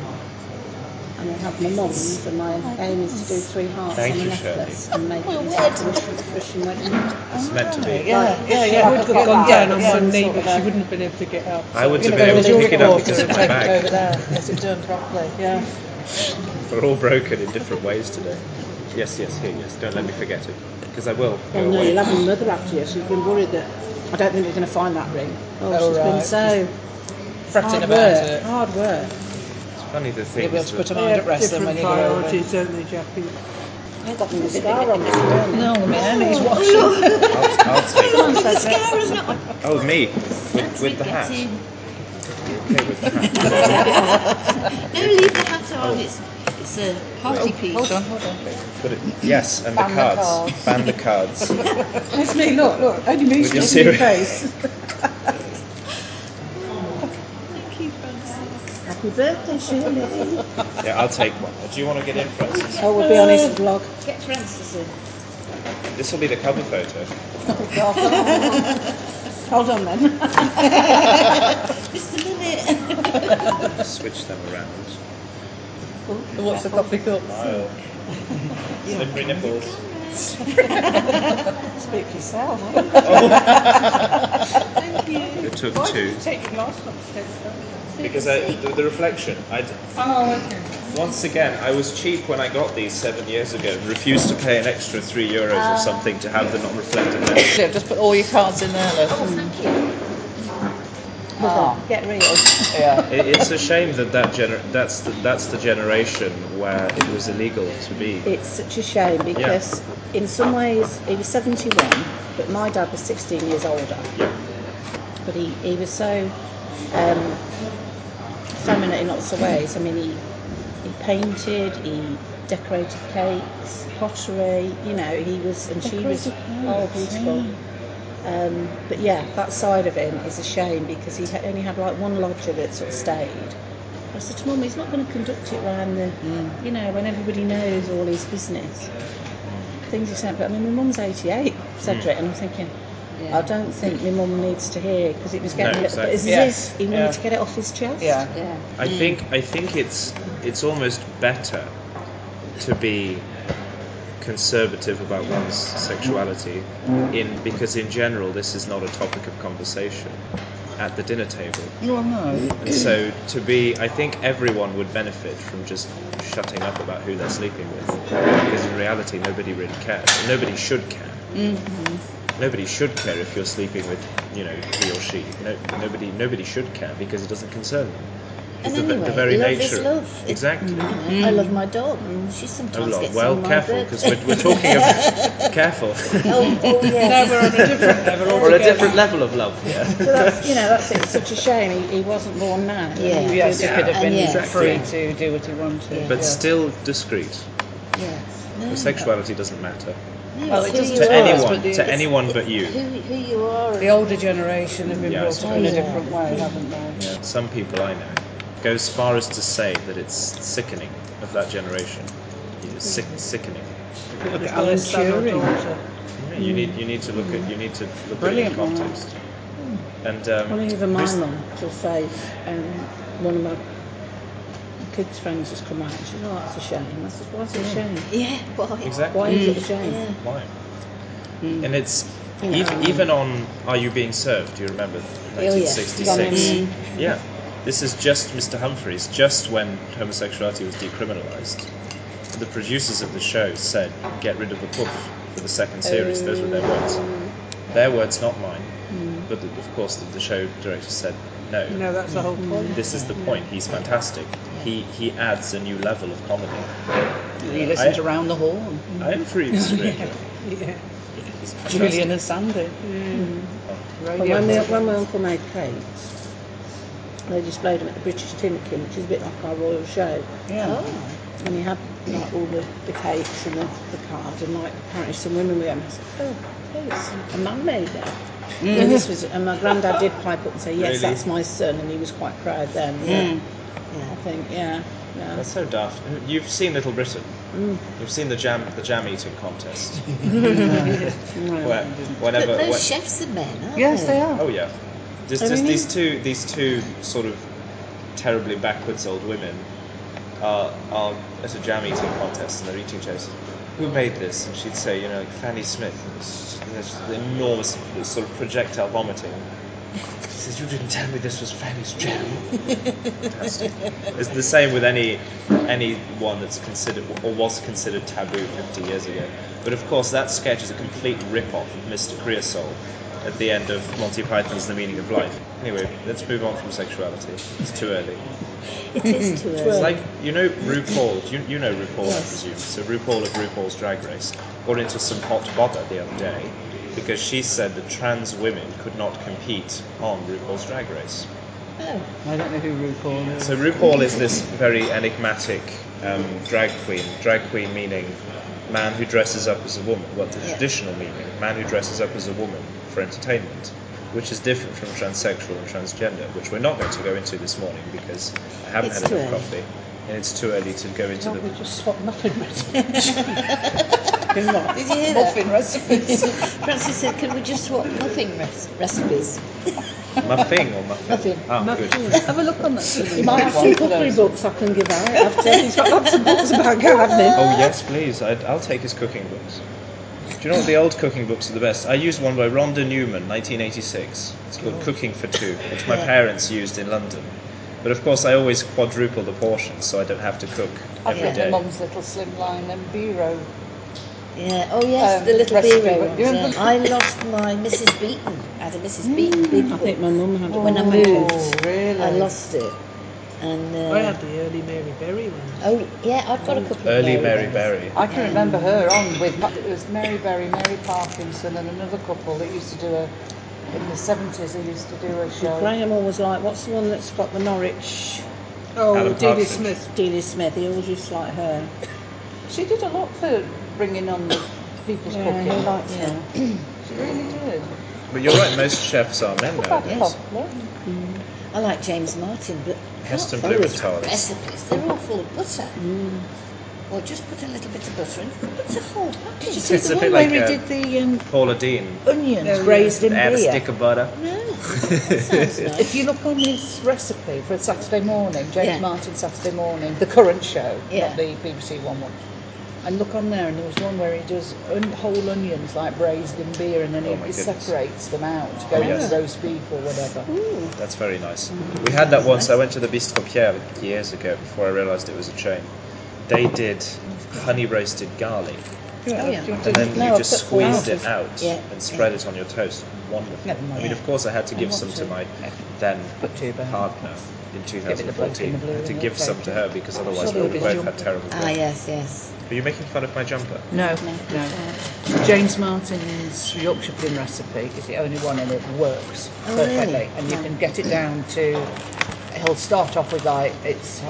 Speaker 6: and I have my mum's, and my aim is to do three hearts
Speaker 3: Thank
Speaker 6: on a
Speaker 3: you,
Speaker 6: necklace and make it into a Christian wedding.
Speaker 3: It's meant to be.
Speaker 5: Yeah, yeah, yeah.
Speaker 4: I would have
Speaker 5: Yeah,
Speaker 4: gone down on
Speaker 5: yeah,
Speaker 4: one knee,
Speaker 5: sort
Speaker 4: but
Speaker 5: of
Speaker 4: she
Speaker 5: a-
Speaker 4: wouldn't have been able to get up.
Speaker 3: I would have
Speaker 5: Gonna
Speaker 3: been able
Speaker 5: go
Speaker 3: to
Speaker 5: with
Speaker 3: pick it
Speaker 5: your
Speaker 3: up
Speaker 5: quarters
Speaker 3: because
Speaker 5: and
Speaker 3: of my
Speaker 5: take it over
Speaker 3: bag.
Speaker 5: there. Yes, it done properly.
Speaker 6: Yeah.
Speaker 3: We're all broken in different ways today. Yes, yes, here, yes. Don't let me forget it because I will. go
Speaker 5: Oh,
Speaker 6: Well, no,
Speaker 3: away.
Speaker 6: you'll have my mother after you. She's been worried that I don't think we're going to find that ring.
Speaker 5: Oh,
Speaker 6: Oh, she's been
Speaker 5: right. Oh.
Speaker 6: so
Speaker 5: Fretting
Speaker 6: hard
Speaker 5: about
Speaker 6: work,
Speaker 5: it.
Speaker 6: hard work.
Speaker 3: Funny the
Speaker 5: You'll
Speaker 3: things
Speaker 5: be able to
Speaker 3: that-
Speaker 5: put a
Speaker 4: They
Speaker 5: mind at
Speaker 4: have
Speaker 5: rest then when
Speaker 4: different
Speaker 5: you go over.
Speaker 4: priorities, don't they, Jackie?
Speaker 6: I've got my mascara on. That's
Speaker 5: No, I mean, Annie's watching.
Speaker 3: I'll,
Speaker 5: (laughs)
Speaker 3: I'll take it.
Speaker 2: Mascara's not on.
Speaker 3: Oh, me with, with the hat.
Speaker 2: Get in.
Speaker 3: Okay, with the hat.
Speaker 5: (laughs)
Speaker 2: No, leave the hat on. It's it's a party piece. (laughs)
Speaker 5: Hold on, hold on.
Speaker 3: Put it. Yes, and the
Speaker 5: Ban the
Speaker 3: cards.
Speaker 5: cards.
Speaker 3: Ban
Speaker 5: (laughs)
Speaker 3: the cards.
Speaker 6: me. Look, look. Only me.
Speaker 3: With your serious.
Speaker 6: face. Happy birthday, Shirley.
Speaker 3: Yeah, I'll take one. Do you want to get in first?
Speaker 6: Oh, we'll be on his vlog.
Speaker 2: Get Francis in.
Speaker 3: This will be the cover photo.
Speaker 6: Hold on
Speaker 2: (laughs)
Speaker 6: then.
Speaker 2: Just a minute.
Speaker 3: Switch them around.
Speaker 5: What's the coffee cup? (laughs)
Speaker 3: Wow. Slippery nipples.
Speaker 6: Speak for yourself.
Speaker 4: Thank you.
Speaker 3: It took
Speaker 4: Why
Speaker 3: two.
Speaker 4: did you take your last one instead, sir?
Speaker 3: Because I, the, the reflection, I d-
Speaker 4: Oh, okay.
Speaker 3: once again, I was cheap when I got these seven years ago and refused to pay an extra three euros
Speaker 6: Ah.
Speaker 3: or something to have the non-reflective
Speaker 6: (laughs)
Speaker 3: lens.
Speaker 5: Look, just put all your cards in there. Look.
Speaker 2: Oh, thank you.
Speaker 5: Ah,
Speaker 6: Get real.
Speaker 5: yeah.
Speaker 3: It, it's a shame that, that gener- that's, the, that's the generation where it was illegal to be.
Speaker 6: It's such a shame because, in some ways, he was 71, but my dad was 16 years older. But he, he was so um, feminine in lots of ways. I mean, he, he painted, he decorated cakes, pottery, you know, he was, and she was oh, beautiful. Um, but yeah, that side of him is a shame because he ha- only had like one lodger that sort of stayed. I said to Mum, he's not going to conduct it round the, you know, when everybody knows all his business. Things he said, but I mean, my mum's 88, Cedric, and I'm thinking, I don't think my mum needs to hear because it was getting,
Speaker 3: No,
Speaker 6: a little bit- it's as Mm.
Speaker 5: exactly.
Speaker 6: if he wanted
Speaker 5: Yeah.
Speaker 6: to get it off his chest.
Speaker 5: Yeah.
Speaker 2: Yeah.
Speaker 3: I think I think it's it's almost better to be conservative about one's sexuality in because in general this is not a topic of conversation at the dinner table.
Speaker 5: Well, no.
Speaker 3: And so to be I think everyone would benefit from just shutting up about who they're sleeping with. Because in reality nobody really cares. Nobody should care.
Speaker 2: Mm-hmm.
Speaker 3: Nobody should care if you're sleeping with, you know, he or she. No, nobody, nobody should care because it doesn't concern them.
Speaker 2: And
Speaker 3: the,
Speaker 2: anyway,
Speaker 3: the very
Speaker 2: love
Speaker 3: nature.
Speaker 2: is love. Mm-hmm. It-
Speaker 3: Exactly.
Speaker 2: You know, I
Speaker 6: Hmm.
Speaker 2: love my dog. and She
Speaker 3: Oh,
Speaker 2: sometimes
Speaker 3: Lord.
Speaker 2: gets
Speaker 3: Well,
Speaker 2: on my
Speaker 3: careful,
Speaker 2: bird.
Speaker 3: because we're, we're talking of careful.
Speaker 2: oh,
Speaker 3: (laughs)
Speaker 2: oh,
Speaker 4: Now
Speaker 2: yeah.
Speaker 4: we're on a different level
Speaker 3: We're at a
Speaker 4: altogether.
Speaker 3: different level of love here.
Speaker 6: So that's, you know, that's it. It's such a shame he, he wasn't born now.
Speaker 2: Yeah.
Speaker 5: Yes, he could have
Speaker 2: And
Speaker 5: been
Speaker 2: yes.
Speaker 5: free to do what he wanted.
Speaker 3: But
Speaker 5: yeah.
Speaker 3: still discreet.
Speaker 2: yeah. No,
Speaker 3: The sexuality doesn't matter
Speaker 2: no,
Speaker 5: Well,
Speaker 2: it's
Speaker 5: it
Speaker 2: who
Speaker 5: doesn't
Speaker 2: you
Speaker 3: to
Speaker 5: matter.
Speaker 2: are.
Speaker 3: anyone,
Speaker 5: but the-
Speaker 3: to anyone but you.
Speaker 2: Who, who you are.
Speaker 5: The older generation have been
Speaker 3: Yeah, I
Speaker 5: brought up in a
Speaker 2: suppose.
Speaker 5: different way, haven't they?
Speaker 3: Yeah, Some people I know go as far as to say that it's sickening of that generation. You know, sick, sickening.
Speaker 5: Look at
Speaker 4: Got a
Speaker 5: Alan
Speaker 4: son or
Speaker 5: Turing.
Speaker 4: daughter.
Speaker 3: You need, you need to look at, you need to look
Speaker 5: Brilliant
Speaker 3: at it in
Speaker 5: one.
Speaker 3: context. And um,
Speaker 6: Well, even my
Speaker 3: who's-
Speaker 6: mum will say, um, one of my kids' friends has come out and she's, oh, that's a shame. I said, why is it Mm. a shame?
Speaker 2: Yeah, why?
Speaker 3: exactly.
Speaker 6: Why is it a shame?
Speaker 2: Yeah.
Speaker 3: Why? And it's
Speaker 6: You know,
Speaker 3: even,
Speaker 6: um,
Speaker 3: even on Are You Being Served? Do you remember
Speaker 2: yeah.
Speaker 6: Oh,
Speaker 3: 1966? Yeah. This is just Mr. Humphreys, just when homosexuality was decriminalised. The producers of the show said, get rid of the poof for the second series. Those were their words. Their words, not mine. But the, of course, the, the show director said, no.
Speaker 4: No, that's the whole point.
Speaker 3: This is the point. He's fantastic. He, he adds a new level of comedy.
Speaker 5: You listened
Speaker 3: I-
Speaker 5: to Round the Horn,
Speaker 3: I am free to stranger.
Speaker 4: Yeah.
Speaker 3: He's fantastic.
Speaker 5: Julian and Sandy. Mm.
Speaker 6: But when,
Speaker 5: Radio.
Speaker 6: my, when my uncle made cakes, they displayed them at the British Timkin, which is a bit like our royal show.
Speaker 5: Yeah.
Speaker 2: Oh,
Speaker 6: And he had like all the, the cakes and the, the card, and like apparently some women were going, I said, oh, it's a man made that. And this was, and my granddad did pipe up and say, yes,
Speaker 3: Really?
Speaker 6: that's my son, and he was quite proud then. Yeah. I think, yeah, yeah.
Speaker 3: That's so daft. You've seen Little Britain. You've seen the jam, the jam eating contest, where
Speaker 2: but
Speaker 3: whenever.
Speaker 2: those
Speaker 3: when-
Speaker 2: chefs are men, aren't
Speaker 5: Yes,
Speaker 2: they?
Speaker 5: they are.
Speaker 3: oh yeah, just, just these two, these two sort of terribly backwards old women are, are at a jam eating contest and they're eating jams. Who made this? And she'd say, you know, like Fanny Smith. And it's- and there's just enormous sort of projectile vomiting. She says, you didn't tell me this was Fanny's jam. Fantastic. It's the same with any any one that's considered or was considered taboo 50 years ago. But of course, that sketch is a complete rip-off of Mr. Creosole at the end of Monty Python's The Meaning of Life. Anyway, let's move on from sexuality. It's too early.
Speaker 2: It is
Speaker 6: (laughs)
Speaker 2: to
Speaker 3: It's
Speaker 2: us.
Speaker 3: like you know RuPaul. You, you know RuPaul, I presume. So RuPaul of RuPaul's Drag Race got into some hot bother the other day because she said that trans women could not compete on RuPaul's Drag Race.
Speaker 5: I don't know who RuPaul is.
Speaker 3: So RuPaul is this very enigmatic um, drag queen. Drag queen meaning man who dresses up as a woman. Well, the
Speaker 2: Yeah.
Speaker 3: traditional meaning, man who dresses up as a woman for entertainment, which is different from transsexual and transgender, which we're not going to go into this morning because I haven't
Speaker 2: It's
Speaker 3: had
Speaker 2: too
Speaker 3: enough
Speaker 2: early.
Speaker 3: coffee. And it's too early to go into
Speaker 4: Don't
Speaker 3: the
Speaker 4: we just swap nothing, Richard?
Speaker 2: Did you hear
Speaker 5: Muffin
Speaker 2: that?
Speaker 5: recipes.
Speaker 2: Francis said, can we just swap muffin res- recipes?
Speaker 3: Muffing or muffin?
Speaker 2: Muffin.
Speaker 3: Ah, good.
Speaker 4: Have a look on that.
Speaker 6: You might have some cookery books I can give out after. He's got lots of books about gardening.
Speaker 3: Oh yes, please. I'd, I'll take his cooking books. Do you know what the old cooking books are the best? I used one by Rhonda Newman, 1986. It's called
Speaker 6: Oh.
Speaker 3: Cooking for Two,
Speaker 6: (laughs)
Speaker 3: which my parents used in London. But of course, I always quadruple the portions, so I don't have to cook
Speaker 5: I've
Speaker 3: every
Speaker 5: got my
Speaker 3: day.
Speaker 5: mum's little slimline and bureau.
Speaker 2: Yeah. Oh yes,
Speaker 5: Um,
Speaker 2: the little
Speaker 5: recipe
Speaker 2: bureau
Speaker 5: book.
Speaker 2: ones. Yeah. I lost my Mrs. Beaton. I had a Mrs. Beaton big
Speaker 6: Mm, I
Speaker 2: book
Speaker 6: think my mum Oh, had
Speaker 2: when I
Speaker 6: one.
Speaker 2: moved.
Speaker 5: really?
Speaker 2: I lost it, and uh,
Speaker 6: Oh,
Speaker 4: I had the early Mary Berry ones.
Speaker 2: oh yeah, I've got a couple. of
Speaker 3: Early Mary
Speaker 2: Berries.
Speaker 3: Berry.
Speaker 5: I can remember her on with it was Mary Berry, Mary Parkinson, and another couple that used to do a in the seventies. They used to do a show.
Speaker 6: Graham always like, what's the one that's got the Norwich
Speaker 4: Oh,
Speaker 3: Alan
Speaker 4: Diddy
Speaker 3: Partridge.
Speaker 4: Smith.
Speaker 6: Dealey Smith? He always used to like her.
Speaker 5: She did a lot for bringing on the people's
Speaker 6: Yeah, he
Speaker 5: cooking.
Speaker 6: likes her.
Speaker 5: She really did.
Speaker 3: But you're right, most chefs are men
Speaker 5: Quite
Speaker 3: nowadays.
Speaker 5: popular.
Speaker 2: I like James Martin, but
Speaker 3: Heston
Speaker 2: not full of
Speaker 3: Blumenthal's.
Speaker 2: recipes. They're all full of butter. Or just put a little bit of butter in. It's a full
Speaker 6: Did you
Speaker 2: package.
Speaker 6: see
Speaker 3: It's
Speaker 6: the
Speaker 3: a bit
Speaker 6: one where
Speaker 3: like uh,
Speaker 6: he
Speaker 3: a-
Speaker 6: did the um,
Speaker 3: Paula Dean.
Speaker 6: onions
Speaker 4: yeah.
Speaker 6: braised in
Speaker 3: Add a
Speaker 6: beer?
Speaker 3: stick of butter.
Speaker 2: No, that sounds nice.
Speaker 5: If you look on his recipe for Saturday morning, James
Speaker 2: Yeah.
Speaker 5: Martin Saturday morning, the current show,
Speaker 2: Yeah.
Speaker 5: not the BBC one one. And look on there, and there was one where he does un- whole onions like braised in beer, and then
Speaker 3: Oh,
Speaker 5: he
Speaker 3: my
Speaker 5: he
Speaker 3: goodness. Oh,
Speaker 5: separates them out to go into
Speaker 3: yes.
Speaker 5: roast beef or whatever.
Speaker 3: That's very nice. We had that once. I went to the Bistro Pierre years ago before I realised it was a chain. They did honey roasted garlic,
Speaker 2: Oh, yeah.
Speaker 3: and then
Speaker 5: No,
Speaker 3: you
Speaker 5: I've
Speaker 3: just
Speaker 5: got-
Speaker 3: squeezed
Speaker 5: no,
Speaker 3: it out
Speaker 2: Yeah.
Speaker 3: and spread it on your toast. Wonderful.
Speaker 5: Never mind.
Speaker 3: I mean, of course, I had to give some to my then
Speaker 5: Put two back.
Speaker 3: partner in
Speaker 5: it the bloke in
Speaker 3: 2014.
Speaker 5: the blue
Speaker 3: I had to
Speaker 5: and
Speaker 3: give
Speaker 5: the
Speaker 3: some
Speaker 5: red.
Speaker 3: to her because otherwise we
Speaker 5: Sure,
Speaker 3: would have
Speaker 5: his
Speaker 3: both had
Speaker 5: jumper.
Speaker 3: terrible.
Speaker 2: Ah,
Speaker 3: breath.
Speaker 2: yes, yes.
Speaker 3: Are you making fun of my jumper?
Speaker 5: No,
Speaker 2: No,
Speaker 5: no. James Martin's Yorkshire pudding recipe is the only one, and it works
Speaker 2: Oh,
Speaker 5: perfectly.
Speaker 2: really?
Speaker 5: And you
Speaker 2: Yeah.
Speaker 5: can get it down to. He'll start off with like it's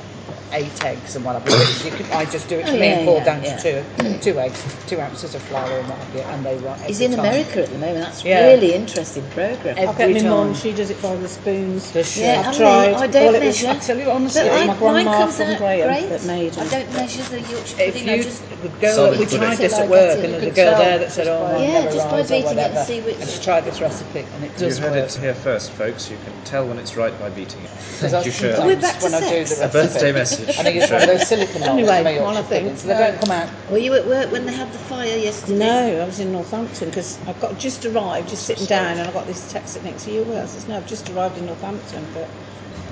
Speaker 5: eight eggs and whatever. but you can, I just do it
Speaker 2: Oh,
Speaker 5: to me
Speaker 2: yeah,
Speaker 5: and pour
Speaker 2: yeah,
Speaker 5: down
Speaker 2: yeah.
Speaker 5: to two, two eggs, two ounces of flour and what have you, and they run.
Speaker 2: He's
Speaker 5: every
Speaker 2: in
Speaker 5: time.
Speaker 2: America at the moment. That's
Speaker 5: Yeah.
Speaker 2: really interesting program.
Speaker 5: Every
Speaker 6: I've got my
Speaker 5: time.
Speaker 6: mum, she does it by the spoons.
Speaker 5: Does she?
Speaker 2: Yeah,
Speaker 6: I've
Speaker 2: I
Speaker 6: tried
Speaker 2: mean, I don't
Speaker 6: all it was,
Speaker 2: measure.
Speaker 6: I tell you honestly,
Speaker 2: But I-
Speaker 6: my grandma
Speaker 2: mine comes
Speaker 6: from
Speaker 2: out
Speaker 6: Graham
Speaker 2: great.
Speaker 6: that made
Speaker 2: I
Speaker 6: it.
Speaker 2: don't measure the Yorkshire
Speaker 5: If
Speaker 2: pudding. I
Speaker 5: you
Speaker 2: just
Speaker 5: the girl,
Speaker 3: Solid
Speaker 5: we
Speaker 3: pudding.
Speaker 5: tried this
Speaker 2: Like
Speaker 5: at
Speaker 2: I
Speaker 5: work,
Speaker 2: said,
Speaker 5: and
Speaker 2: you
Speaker 5: there's a
Speaker 6: can
Speaker 5: girl
Speaker 6: tell
Speaker 5: there that said, "Oh,
Speaker 6: just by-
Speaker 5: mine
Speaker 2: Yeah,
Speaker 5: never
Speaker 2: just by
Speaker 5: rise," or
Speaker 2: beating it and
Speaker 5: whatever.
Speaker 2: see which-
Speaker 5: And she tried this recipe, and it
Speaker 3: You
Speaker 5: does
Speaker 3: heard
Speaker 5: work.
Speaker 3: it here first, folks. You can tell when it's right by beating
Speaker 5: (laughs)
Speaker 3: it.
Speaker 5: Because
Speaker 3: Thank you,
Speaker 5: I (laughs)
Speaker 3: Shirley.
Speaker 5: sometimes
Speaker 2: We're back to
Speaker 5: when I do
Speaker 2: sex.
Speaker 5: the
Speaker 2: A
Speaker 5: recipe,
Speaker 3: birthday message
Speaker 5: And I use
Speaker 3: from
Speaker 5: one of
Speaker 3: Shropshire.
Speaker 5: those silicone rolls
Speaker 6: Anyway,
Speaker 5: to make
Speaker 6: one
Speaker 5: Yorkshire
Speaker 6: of the
Speaker 5: pudding,
Speaker 6: things,
Speaker 5: so they
Speaker 6: uh,
Speaker 5: don't come out.
Speaker 2: Were you at work when they had the fire yesterday?
Speaker 6: No, I was in Northampton because I got just arrived, just sitting down, and I got this text that next to you. Well, I says, no, I've just arrived in Northampton, but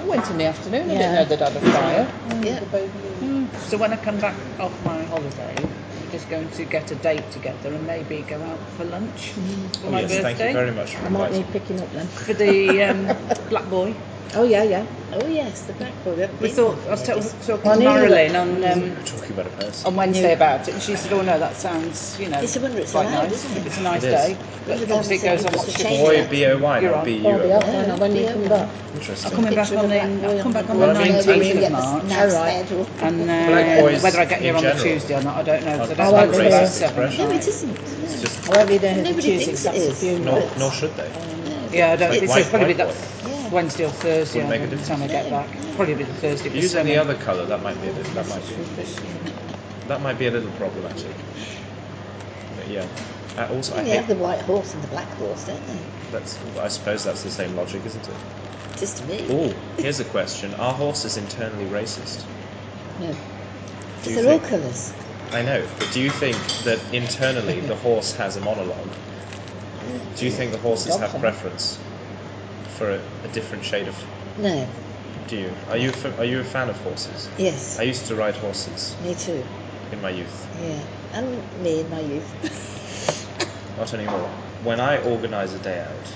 Speaker 5: I went in the afternoon. I
Speaker 6: Yeah.
Speaker 5: didn't know they'd had a fire.
Speaker 2: Yeah.
Speaker 5: So when I come back off my holiday, we're just going to get a date together and maybe go out for lunch for
Speaker 3: Oh,
Speaker 5: my
Speaker 3: yes, thank
Speaker 5: birthday
Speaker 3: you very much for
Speaker 6: I might
Speaker 3: inviting.
Speaker 6: need picking up then.
Speaker 5: for the um, Black Boy.
Speaker 6: Oh yeah, yeah.
Speaker 2: Oh yes, the black boy.
Speaker 5: We thought I was ta- talking
Speaker 6: I
Speaker 5: to
Speaker 6: knew that-
Speaker 5: Marilyn on um,
Speaker 3: We're talking about a person.
Speaker 5: on Wednesday about it, and she said, "Oh no, that sounds you know
Speaker 2: It's a wonder it's
Speaker 5: quite
Speaker 2: allowed,
Speaker 5: nice.
Speaker 2: isn't it?
Speaker 5: It's a nice
Speaker 3: It is.
Speaker 5: day,
Speaker 2: Wonder
Speaker 5: but
Speaker 2: if
Speaker 5: obviously it
Speaker 2: that's
Speaker 5: goes on
Speaker 2: the
Speaker 5: what
Speaker 2: same
Speaker 5: shift
Speaker 2: change.
Speaker 3: Boy, B-O-Y,
Speaker 5: You're
Speaker 3: not
Speaker 5: on.
Speaker 6: I'll be
Speaker 3: B-U-O.
Speaker 6: off then. When do you come back?
Speaker 5: I'm
Speaker 3: Interesting.
Speaker 5: coming back
Speaker 2: Picture
Speaker 5: on
Speaker 2: of
Speaker 5: the
Speaker 2: a black boy
Speaker 5: I'm coming back on
Speaker 2: Well,
Speaker 5: the
Speaker 3: I mean, I mean,
Speaker 2: get
Speaker 5: 19th of
Speaker 2: the
Speaker 5: March.
Speaker 2: snap's
Speaker 6: All right.
Speaker 2: head or-
Speaker 5: And
Speaker 3: Black
Speaker 5: uh,
Speaker 3: boys
Speaker 5: whether I get here
Speaker 3: in
Speaker 5: on the
Speaker 3: general
Speaker 5: Tuesday or not, I don't know. 'cause I don't
Speaker 6: Oh,
Speaker 5: like
Speaker 6: that's
Speaker 5: going
Speaker 6: a
Speaker 5: back
Speaker 6: racist
Speaker 5: seven.
Speaker 3: expression.
Speaker 2: No, it isn't. No.
Speaker 3: It's just
Speaker 6: I won't be there
Speaker 2: Nobody
Speaker 6: Tuesday.
Speaker 2: thinks
Speaker 6: 'cause
Speaker 2: it
Speaker 6: that's the
Speaker 2: is.
Speaker 6: funeral.
Speaker 3: Nor, nor should they.
Speaker 5: Yeah, I don't.
Speaker 3: It's
Speaker 5: It's,
Speaker 3: white,
Speaker 5: probably
Speaker 3: white
Speaker 5: be
Speaker 3: boy.
Speaker 5: that Wednesday or Thursday.
Speaker 3: Wouldn't
Speaker 5: I
Speaker 3: make a
Speaker 5: think, by the time I get back, probably be the Thursday. because
Speaker 3: Use
Speaker 5: so
Speaker 3: any
Speaker 5: many-
Speaker 3: other colour, that might be a little, that might be, that might be a little problematic. But yeah. Uh, also, I
Speaker 2: They have
Speaker 3: hate,
Speaker 2: the white horse and the black horse, don't they?
Speaker 3: that's, I suppose that's the same logic, isn't it?
Speaker 2: Just to me.
Speaker 3: Oh, here's a question. Are horses internally racist?
Speaker 2: No.
Speaker 3: Do
Speaker 2: Because
Speaker 3: you
Speaker 2: they're all
Speaker 3: think-
Speaker 2: colours.
Speaker 3: I know, but do you think that internally the horse has a monologue? Do you think the horses have preference for a, a different shade of?
Speaker 2: No.
Speaker 3: Do you? Are you fa- are you a fan of horses?
Speaker 2: Yes.
Speaker 3: I used to ride horses
Speaker 2: Me too.
Speaker 3: in my youth.
Speaker 2: Yeah. And me in my youth.
Speaker 3: Not anymore. When I organise a day out,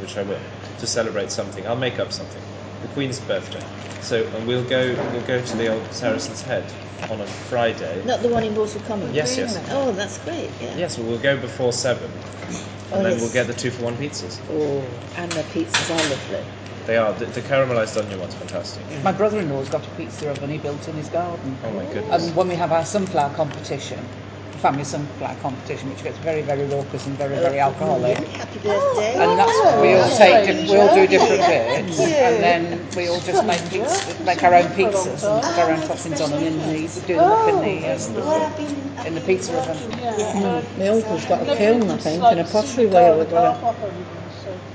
Speaker 3: which I will, to celebrate something, I'll make up something. The Queen's birthday. So, and we'll go we'll go to the old Saracen's Head on a Friday.
Speaker 2: Not the one in Water Common.
Speaker 3: Yes, yes.
Speaker 2: Oh, that's great. Yeah.
Speaker 3: Yes, well, we'll go before seven, and
Speaker 2: Oh,
Speaker 3: then
Speaker 2: yes.
Speaker 3: we'll get the two for one pizzas.
Speaker 2: Oh, and the pizzas are lovely.
Speaker 3: They are the, the caramelised onion one's fantastic.
Speaker 5: My brother-in-law's got a pizza oven he built in his garden.
Speaker 3: Oh my goodness.
Speaker 5: And Um, when we have our sunflower competition, family sunflower competition, which gets very, very raucous and very, very alcoholic,
Speaker 2: Happy birthday.
Speaker 3: Oh,
Speaker 5: and that's what we all take. Diff- we all do different bits, and then we all just make pizza, make our own pizzas and put our
Speaker 2: Ah,
Speaker 5: own toppings on them, and the, do them up
Speaker 2: Oh.
Speaker 5: in the um, in the pizza oven.
Speaker 6: Mm. My uncle's got a kiln, I think, and a pottery wheel with a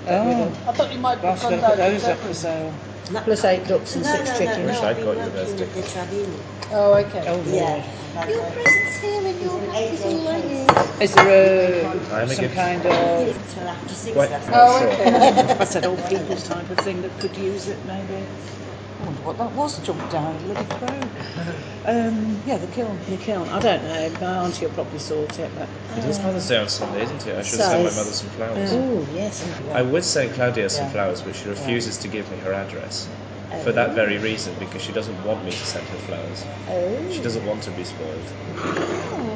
Speaker 5: Oh,
Speaker 4: I thought you might
Speaker 5: gosh,
Speaker 4: have gone
Speaker 5: look at
Speaker 4: down to
Speaker 5: those up for
Speaker 4: seven.
Speaker 5: sale.
Speaker 6: Plus eight ducks and six chickens.
Speaker 3: Wish
Speaker 2: no,
Speaker 3: I'd
Speaker 2: I've been
Speaker 3: got you
Speaker 2: working
Speaker 3: those
Speaker 2: with the tribunal.
Speaker 4: Oh, okay.
Speaker 5: Oh, Lord.
Speaker 2: Yeah. Your presence here and your back is all I need.
Speaker 5: Is there
Speaker 3: I'm
Speaker 5: a,
Speaker 3: a
Speaker 5: some
Speaker 3: gift.
Speaker 5: kind of
Speaker 2: Till after six,
Speaker 3: Quite
Speaker 2: that's
Speaker 3: not
Speaker 4: Oh,
Speaker 3: sure.
Speaker 4: okay.
Speaker 5: I said old people's type of thing that could use it, maybe. I wonder what that was, jumped down a little crow. Um, yeah, the kiln.
Speaker 6: The kiln. I don't know. My auntie will probably sort it, but
Speaker 3: It is Mother's Day on Sunday, isn't it? I should send my mother some flowers.
Speaker 5: Mm.
Speaker 6: oh yes.
Speaker 3: I would send Claudia some
Speaker 5: Yeah.
Speaker 3: flowers, but she refuses to give me her address for that very reason because she doesn't want me to send her flowers. She doesn't want to be spoiled.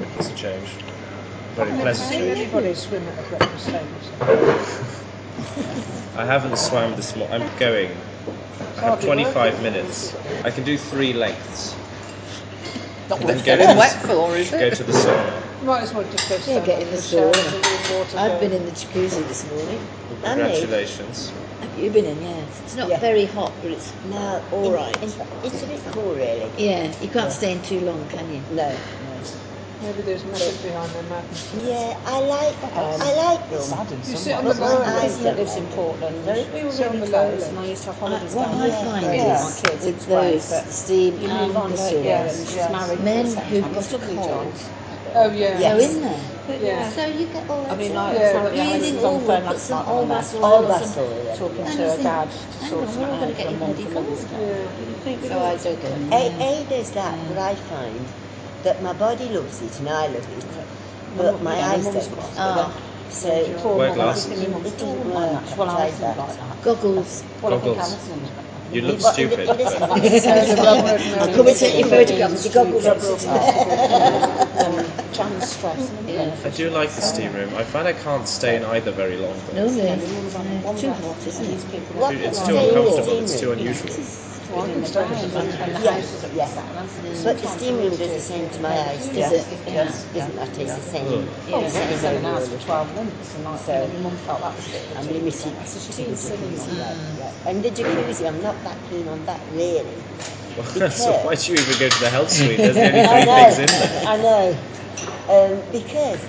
Speaker 3: Which is a change. Very pleasant
Speaker 4: Did
Speaker 3: change.
Speaker 4: anybody swim at the breakfast table?
Speaker 3: I haven't swam this morning. I'm going. I have 25 minutes. I can do three lengths.
Speaker 5: Not worth
Speaker 3: Then go to
Speaker 5: getting
Speaker 3: the-
Speaker 5: wet for, is
Speaker 3: Go
Speaker 5: it?
Speaker 3: to the sauna.
Speaker 4: Might as well just go
Speaker 2: Yeah,
Speaker 4: stand
Speaker 2: get
Speaker 4: under
Speaker 2: in the
Speaker 4: shower
Speaker 2: sauna.
Speaker 4: with the water
Speaker 2: I've
Speaker 4: going.
Speaker 2: been in the jacuzzi this morning. Andy,
Speaker 3: Congratulations.
Speaker 2: have you been in? Yeah. It's not very hot, but it's
Speaker 7: No,
Speaker 2: all right.
Speaker 7: It's a bit cool, really.
Speaker 2: yeah, you can't stay in too long, can you?
Speaker 7: No.
Speaker 4: Maybe there's nothing behind the mountain.
Speaker 7: Yeah, I like I like this.
Speaker 4: You sit on the
Speaker 7: I
Speaker 4: lowlands.
Speaker 6: That lives in Portland.
Speaker 7: Those people
Speaker 4: sit on
Speaker 7: really
Speaker 4: the
Speaker 7: close.
Speaker 4: lowlands.
Speaker 6: And Uh, I used to have
Speaker 2: I,
Speaker 6: holidays
Speaker 2: what
Speaker 6: down
Speaker 2: I
Speaker 6: there.
Speaker 2: find
Speaker 6: with
Speaker 2: is
Speaker 6: my kids,
Speaker 2: with
Speaker 6: it's great,
Speaker 2: those
Speaker 6: but
Speaker 2: steam
Speaker 6: you
Speaker 2: and
Speaker 6: move on,
Speaker 2: the
Speaker 6: don't
Speaker 2: sewers,
Speaker 6: you?
Speaker 5: yes,
Speaker 6: And she's
Speaker 5: yes.
Speaker 6: married at
Speaker 2: Men
Speaker 6: the same
Speaker 2: who
Speaker 6: time. It's
Speaker 2: got
Speaker 6: lovely
Speaker 2: cold.
Speaker 6: jobs.
Speaker 4: Oh, yeah.
Speaker 2: go in there.
Speaker 4: Yeah.
Speaker 2: So you get all that
Speaker 6: I mean,
Speaker 7: Oh,
Speaker 2: stuff.
Speaker 6: like,
Speaker 4: Yeah,
Speaker 6: Sarah
Speaker 4: but
Speaker 6: Jane
Speaker 2: using
Speaker 6: was on
Speaker 2: all
Speaker 6: the phone
Speaker 2: the-
Speaker 6: last
Speaker 2: some
Speaker 6: night on
Speaker 2: all
Speaker 6: that,
Speaker 2: vessel oil, some-
Speaker 6: talking
Speaker 2: And
Speaker 6: to
Speaker 2: you
Speaker 6: her
Speaker 2: think,
Speaker 6: dad to
Speaker 2: hang
Speaker 6: sort
Speaker 2: on,
Speaker 6: it
Speaker 2: we're all
Speaker 6: out
Speaker 2: gonna
Speaker 6: for
Speaker 2: get
Speaker 6: a
Speaker 2: in
Speaker 6: month
Speaker 2: bloody
Speaker 6: for Mother's
Speaker 2: cold.
Speaker 6: Day.
Speaker 2: So I do go in
Speaker 7: A,
Speaker 2: there.
Speaker 7: a there's that, but I find that my body loves it and I love it, but my
Speaker 6: Yeah,
Speaker 7: eyes
Speaker 6: mum's
Speaker 7: don't.
Speaker 6: got-
Speaker 2: Ah,
Speaker 7: So
Speaker 6: Poor
Speaker 3: Wear
Speaker 6: mum,
Speaker 3: glasses.
Speaker 6: I think your mum
Speaker 7: It doesn't
Speaker 6: doesn't
Speaker 7: work.
Speaker 6: mind that. Well,
Speaker 7: I've
Speaker 6: I
Speaker 7: tried
Speaker 6: didn't
Speaker 7: that.
Speaker 6: like
Speaker 7: (laughs)
Speaker 6: that.
Speaker 2: goggles.
Speaker 6: Well, I think
Speaker 3: Goggles.
Speaker 6: Alison did that.
Speaker 3: Oh, You look
Speaker 7: But-
Speaker 3: stupid.
Speaker 7: but listen,
Speaker 3: but-
Speaker 2: There's a wrong word.
Speaker 6: I'll
Speaker 2: Come and take your photographs. Your goggles are sitting
Speaker 6: Jan's stress.
Speaker 2: Yeah.
Speaker 3: I do like the steam room. I find I can't stay in either very long.
Speaker 2: No,
Speaker 3: Though.
Speaker 2: no, no, too hot, isn't it?
Speaker 7: what
Speaker 3: It's
Speaker 7: can I
Speaker 3: too
Speaker 7: say?
Speaker 3: uncomfortable. It's too unusual. (laughs)
Speaker 6: Well, I can stay with them. And the house is
Speaker 7: Yes,
Speaker 6: at
Speaker 7: yes. But the steam room does the same to my eyes.
Speaker 2: Is
Speaker 7: does
Speaker 2: it? Oh,
Speaker 7: It
Speaker 2: Yeah.
Speaker 7: does, doesn't that? It's the same.
Speaker 6: Yeah,
Speaker 7: the same
Speaker 6: it's been
Speaker 7: over
Speaker 6: ours
Speaker 7: all
Speaker 6: for
Speaker 7: of
Speaker 6: 12 months, and like,
Speaker 7: So,
Speaker 6: so, you know, mum felt that was it.
Speaker 7: I'm limited.
Speaker 6: I said, she's silly.
Speaker 2: Mm.
Speaker 7: And the jacuzzi, I'm not that keen on that really.
Speaker 3: so why do you even go to the health suite? There's the
Speaker 7: (laughs) I
Speaker 3: only three things in there.
Speaker 7: know. I know. Um, because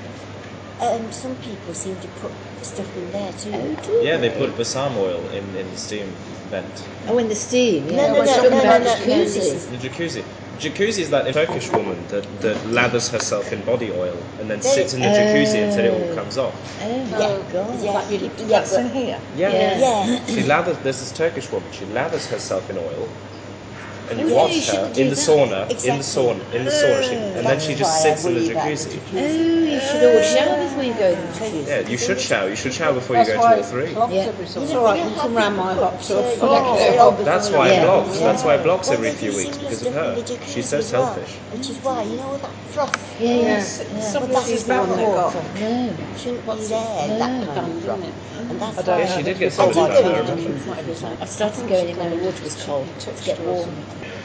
Speaker 7: um, some people seem to put stuff in there too.
Speaker 2: Oh,
Speaker 3: Yeah, they put balsam oil in, in the steam vent.
Speaker 2: Oh, in the steam, yeah.
Speaker 7: No, no,
Speaker 2: We're
Speaker 7: no,
Speaker 2: talking
Speaker 7: no,
Speaker 2: about
Speaker 7: no, no, no, this
Speaker 2: jacuzzi.
Speaker 7: is-
Speaker 3: The jacuzzi. Jacuzzi is that Turkish woman that, that lathers herself in body oil and then
Speaker 7: They-
Speaker 3: sits in the jacuzzi until it all comes off.
Speaker 2: Oh,
Speaker 7: Yeah, yeah, yeah,
Speaker 6: That's in
Speaker 7: but-
Speaker 6: here.
Speaker 3: Yeah.
Speaker 7: yeah.
Speaker 3: She lathers, there's this Turkish woman, she lathers herself in oil and you
Speaker 2: Really? You
Speaker 3: wash her
Speaker 2: shouldn't
Speaker 3: in the
Speaker 2: do that.
Speaker 3: sauna, in the
Speaker 7: Exactly.
Speaker 3: sauna, in the sauna, she, and then
Speaker 7: That's
Speaker 3: she just
Speaker 7: why I
Speaker 3: sits in the
Speaker 7: worry about
Speaker 3: jacuzzi.
Speaker 2: oh, you should always shower before you go in the jacuzzi.
Speaker 3: Yeah, you should shower. You should shower before you
Speaker 4: That's
Speaker 3: go to
Speaker 4: why
Speaker 3: all
Speaker 4: it's
Speaker 3: three.
Speaker 4: clogged
Speaker 2: Yeah.
Speaker 4: every so
Speaker 7: You
Speaker 6: It's
Speaker 7: know,
Speaker 6: all right,
Speaker 7: you
Speaker 6: you
Speaker 7: know
Speaker 6: can
Speaker 7: how
Speaker 6: round
Speaker 7: people
Speaker 6: my
Speaker 7: put,
Speaker 6: hot tub.
Speaker 7: uh,
Speaker 6: Oh,
Speaker 7: yeah,
Speaker 6: oh,
Speaker 7: before
Speaker 3: That's
Speaker 7: you
Speaker 3: why
Speaker 7: go.
Speaker 3: it blocks.
Speaker 7: Yeah.
Speaker 3: That's why it blocks
Speaker 7: Well,
Speaker 3: every
Speaker 7: they
Speaker 3: few
Speaker 7: do
Speaker 3: weeks
Speaker 7: similar
Speaker 3: because of
Speaker 7: stuff in
Speaker 3: her.
Speaker 7: the jacuzzi
Speaker 3: She's so
Speaker 7: as well,
Speaker 3: selfish.
Speaker 7: Which is why, you know, all that froth
Speaker 2: Yeah, yeah.
Speaker 4: Yes.
Speaker 6: Somebody's
Speaker 7: that
Speaker 6: the one that got
Speaker 7: water.
Speaker 2: No.
Speaker 7: shouldn't be there, that kind
Speaker 6: done,
Speaker 7: of
Speaker 6: didn't
Speaker 7: froth.
Speaker 6: it?
Speaker 7: And that's
Speaker 6: I don't
Speaker 7: why
Speaker 6: know.
Speaker 3: She did
Speaker 7: Oh,
Speaker 3: get somebody
Speaker 7: I do.
Speaker 3: back there.
Speaker 7: I
Speaker 3: remember.
Speaker 6: It's not every time.
Speaker 2: I started going in when the water was cold to get warm.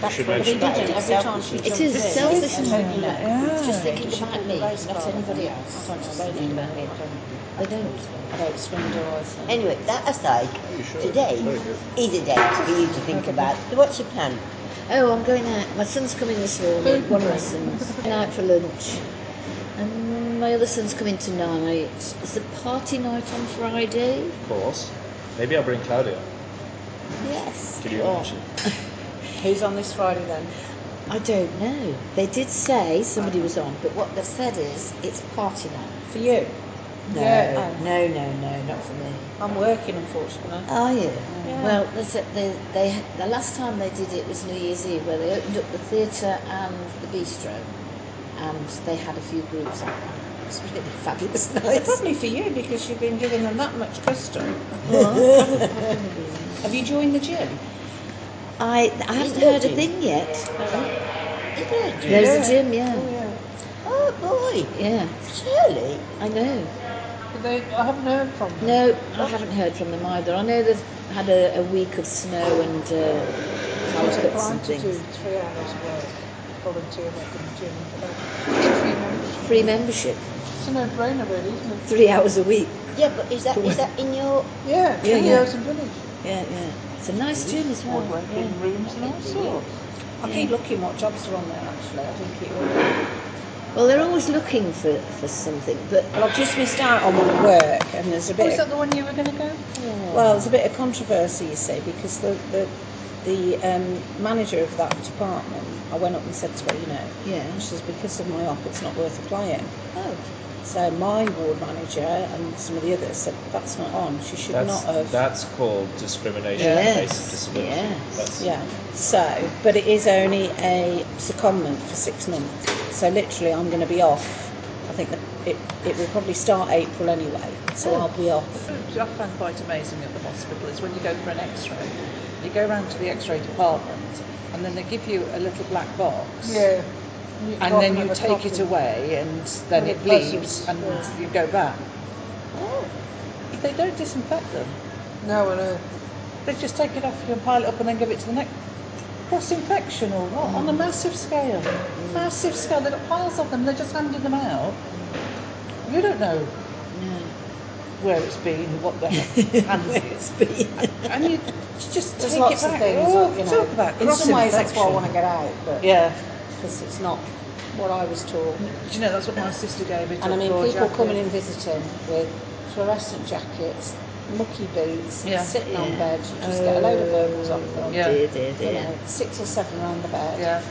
Speaker 7: That's
Speaker 3: Should
Speaker 7: what
Speaker 3: mention
Speaker 7: we
Speaker 3: that.
Speaker 7: did
Speaker 6: Every time she
Speaker 2: It
Speaker 6: jumped
Speaker 2: is
Speaker 6: in,
Speaker 2: selfish, isn't it?
Speaker 6: just
Speaker 2: Thinking about me, not anybody
Speaker 6: I
Speaker 2: else.
Speaker 6: don't know, they didn't about me. I don't-
Speaker 2: They don't.
Speaker 6: I don't swim, do I? So.
Speaker 7: Anyway, that aside, today is a day for you to think about. So what's your plan?
Speaker 2: Oh, I'm going out. My son's coming this morning, one of my sons. Going out for lunch. And my other son's coming tonight. It's a party night on Friday.
Speaker 3: Of course. Maybe I'll bring Claudia.
Speaker 2: Yes.
Speaker 3: Can you imagine?
Speaker 6: Who's on this Friday then?
Speaker 2: I don't know. They did say somebody was on, but what they've said is it's party night.
Speaker 6: For you?
Speaker 2: No,
Speaker 6: Yeah.
Speaker 2: no, no, no, not for me.
Speaker 6: I'm working,
Speaker 8: (laughs)
Speaker 6: unfortunately.
Speaker 2: Are you? Well, they said they, they, the last time they did it was New Year's Eve, where they opened up the theatre and the bistro, and they had a few groups on. (laughs) It was really fabulous night.
Speaker 6: Probably for you because you've been giving them that much custom.
Speaker 5: (laughs)
Speaker 6: Have you joined the gym?
Speaker 2: I, I haven't heard a thing yet.
Speaker 7: Is there a gym?
Speaker 2: There's a gym, yeah,
Speaker 7: Oh boy,
Speaker 2: yeah.
Speaker 7: surely.
Speaker 2: I know.
Speaker 4: But they, I haven't heard from them.
Speaker 2: No, I haven't heard from them either. I know they've had a, a week of snow and uh,
Speaker 4: She's
Speaker 2: calicuts and
Speaker 4: applied to do
Speaker 2: things.
Speaker 4: three hours work, volunteer work in the gym. But
Speaker 2: Free membership,
Speaker 4: it's a no-brainer, really, isn't it?
Speaker 2: three hours a week.
Speaker 7: Yeah, but is that is that in your
Speaker 4: Yeah, three
Speaker 2: Yeah, yeah.
Speaker 4: hours in village.
Speaker 2: (laughs) Yeah, yeah. It's a nice gym as well.
Speaker 6: Woodworking rooms and all sorts. I keep looking what jobs are on there actually. I didn't keep looking.
Speaker 2: Well, they're always looking for, for something, but
Speaker 5: Well, I've just missed out on one at work, and there's a
Speaker 8: Oh,
Speaker 5: bit.
Speaker 8: is
Speaker 5: of-
Speaker 8: that the one you were going to go?
Speaker 5: Well, there's a bit of controversy, you see, because the the, the um, manager of that department, I went up and said to her, you know,
Speaker 2: yeah.
Speaker 5: and she says because of my op, it's not worth applying.
Speaker 2: (laughs) Oh,
Speaker 5: So my ward manager and some of the others said that's not on. She should
Speaker 3: That's,
Speaker 5: not have.
Speaker 3: that's called discrimination
Speaker 2: Yes,
Speaker 3: on the basis of disability.
Speaker 2: yes.
Speaker 3: That's,
Speaker 5: Yeah. So, but it is only a secondment for six months. So literally, I'm going to be off. I think that it it will probably start April anyway. So I'll be off.
Speaker 4: What I find quite amazing at the hospital is when you go for an X-ray, you go round to the X-ray department, and then they give you a little black box,
Speaker 8: Yeah.
Speaker 4: and then you take it away, and then
Speaker 8: And
Speaker 4: it
Speaker 8: it
Speaker 4: bleeds,
Speaker 8: buzzes,
Speaker 4: and
Speaker 8: yeah.
Speaker 4: you go back.
Speaker 5: Oh.
Speaker 4: But They don't disinfect them.
Speaker 8: No, I know.
Speaker 4: They just take it off you and pile it up, and then give it to the next. Cross-infection or what? On a massive scale, massive scale. They've got piles of them. They're just handing them out. You don't know where it's been, what
Speaker 2: (laughs)
Speaker 4: the hands it's been. And you just
Speaker 5: There's
Speaker 4: take
Speaker 5: lots
Speaker 4: it
Speaker 5: of
Speaker 4: back.
Speaker 5: things.
Speaker 4: oh,
Speaker 5: you know,
Speaker 4: talk about
Speaker 5: in some ways, that's why I
Speaker 4: cross-infection.
Speaker 5: want to get out, but
Speaker 4: Yeah.
Speaker 5: because it's not what I was taught.
Speaker 4: Do you know that's what my sister gave it?
Speaker 5: And I
Speaker 4: up
Speaker 5: mean,
Speaker 4: for,
Speaker 5: people
Speaker 4: Jackie.
Speaker 5: coming in visiting with fluorescent jackets, mucky boots,
Speaker 4: Yeah.
Speaker 5: sitting on bed, you just get a load of verbals off them.
Speaker 4: Yeah.
Speaker 2: Oh, dear, dear,
Speaker 5: You
Speaker 2: dear.
Speaker 5: know, six or seven around the bed.
Speaker 4: Yeah.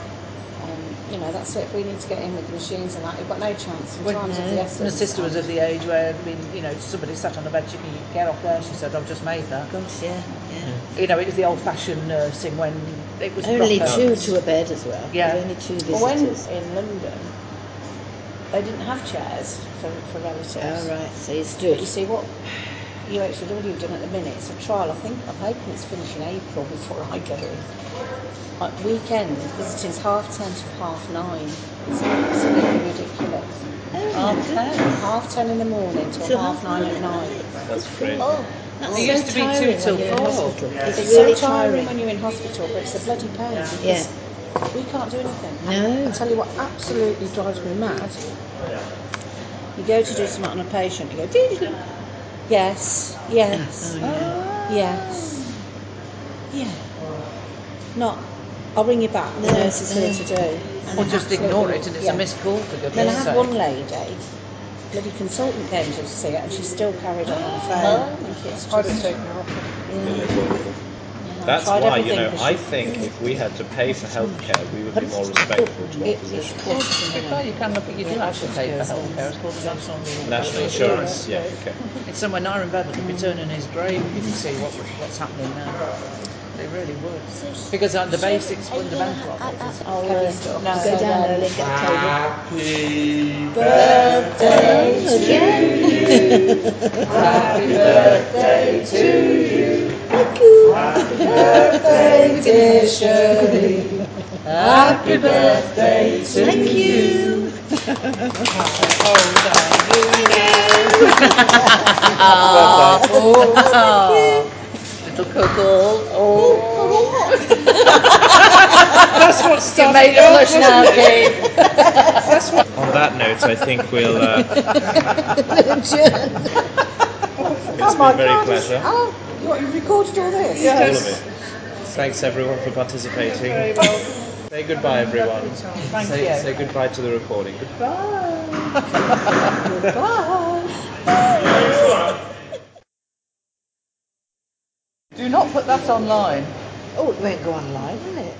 Speaker 5: Um, you know, that's it. We need to get in with the machines and that. You've got no chance. Sometimes it's the essence.
Speaker 4: My sister was of the age where, I mean, you know, somebody sat on the bed, she can get off there, and she said, I've just made that.
Speaker 2: Gosh, yeah, yeah.
Speaker 4: You know, it was the old fashioned nursing when it was
Speaker 2: Only
Speaker 4: proper.
Speaker 2: two to a bed as well.
Speaker 4: Yeah.
Speaker 2: Only two
Speaker 5: Well, when
Speaker 2: visitors.
Speaker 5: in London, they didn't have chairs for, for relatives.
Speaker 2: Oh, right. So you
Speaker 5: But
Speaker 2: stood.
Speaker 5: you see what UHW have done at the minute, it's a trial. I think I'm hoping it's finishing April before I go in. Like weekend visiting's half ten to half nine. It's absolutely ridiculous.
Speaker 2: Oh,
Speaker 5: oh,
Speaker 4: Okay.
Speaker 5: Half ten in the morning Mm-hmm. till
Speaker 2: Till
Speaker 5: half nine at night.
Speaker 2: night.
Speaker 3: that's great.
Speaker 2: That's
Speaker 4: It
Speaker 2: so
Speaker 4: used to be two
Speaker 2: tiring
Speaker 4: till
Speaker 2: when you're in
Speaker 4: four.
Speaker 2: hospital. It's,
Speaker 5: It's
Speaker 2: really
Speaker 5: so tiring
Speaker 2: tiring.
Speaker 5: when you're in hospital, but it's a bloody pain because
Speaker 2: Yeah.
Speaker 5: we can't do anything.
Speaker 2: No.
Speaker 5: I tell you what absolutely drives me mad. You go to do something on a patient, you go, "Dee-dee-dee." yes, yes.
Speaker 2: Oh, yeah.
Speaker 5: Yes. Yeah. Not, I'll ring you back, the nurse is here to do.
Speaker 4: Or just ignore it, and it's
Speaker 5: Yeah.
Speaker 4: a missed call for
Speaker 5: Then I
Speaker 4: goodness
Speaker 5: had one
Speaker 4: sake.
Speaker 5: lady, bloody consultant came to see it and she still carried on
Speaker 4: Oh,
Speaker 5: on the phone.
Speaker 8: I'd
Speaker 5: It's
Speaker 8: have
Speaker 5: just-
Speaker 8: taken her off.
Speaker 5: yeah, I
Speaker 3: That's
Speaker 5: tried
Speaker 3: why, you
Speaker 5: everything
Speaker 3: know,
Speaker 5: 'cause
Speaker 3: I
Speaker 5: she-
Speaker 3: think if we had to pay for healthcare, we would be more respectful to our
Speaker 5: It is
Speaker 3: physicians.
Speaker 4: Well,
Speaker 5: cost.
Speaker 4: to be fair, you can look at you do actually pay for healthcare. It's called the National Insurance.
Speaker 3: National insurance, yeah, okay.
Speaker 4: It's somewhere Niren Bevan would be turning his grave if you see what, what's happening now. They really would. Because uh, the basics, fundamental of it is
Speaker 5: I'll, uh, no,
Speaker 2: Go
Speaker 5: so
Speaker 2: down
Speaker 5: then-
Speaker 2: early and
Speaker 4: (laughs)
Speaker 2: get a table.
Speaker 5: (laughs) Oh,
Speaker 4: Oh. little cuckoo.
Speaker 3: On that note, I think we'll. Uh, it's been very pleasure.
Speaker 5: Oh, you, what, you've recorded all this?
Speaker 3: All of it. Thanks everyone for participating. Say goodbye, everyone.
Speaker 4: Thank
Speaker 3: say,
Speaker 4: you.
Speaker 3: say goodbye to the recording.
Speaker 4: Do not put that online.
Speaker 2: Oh, it won't go online, will it?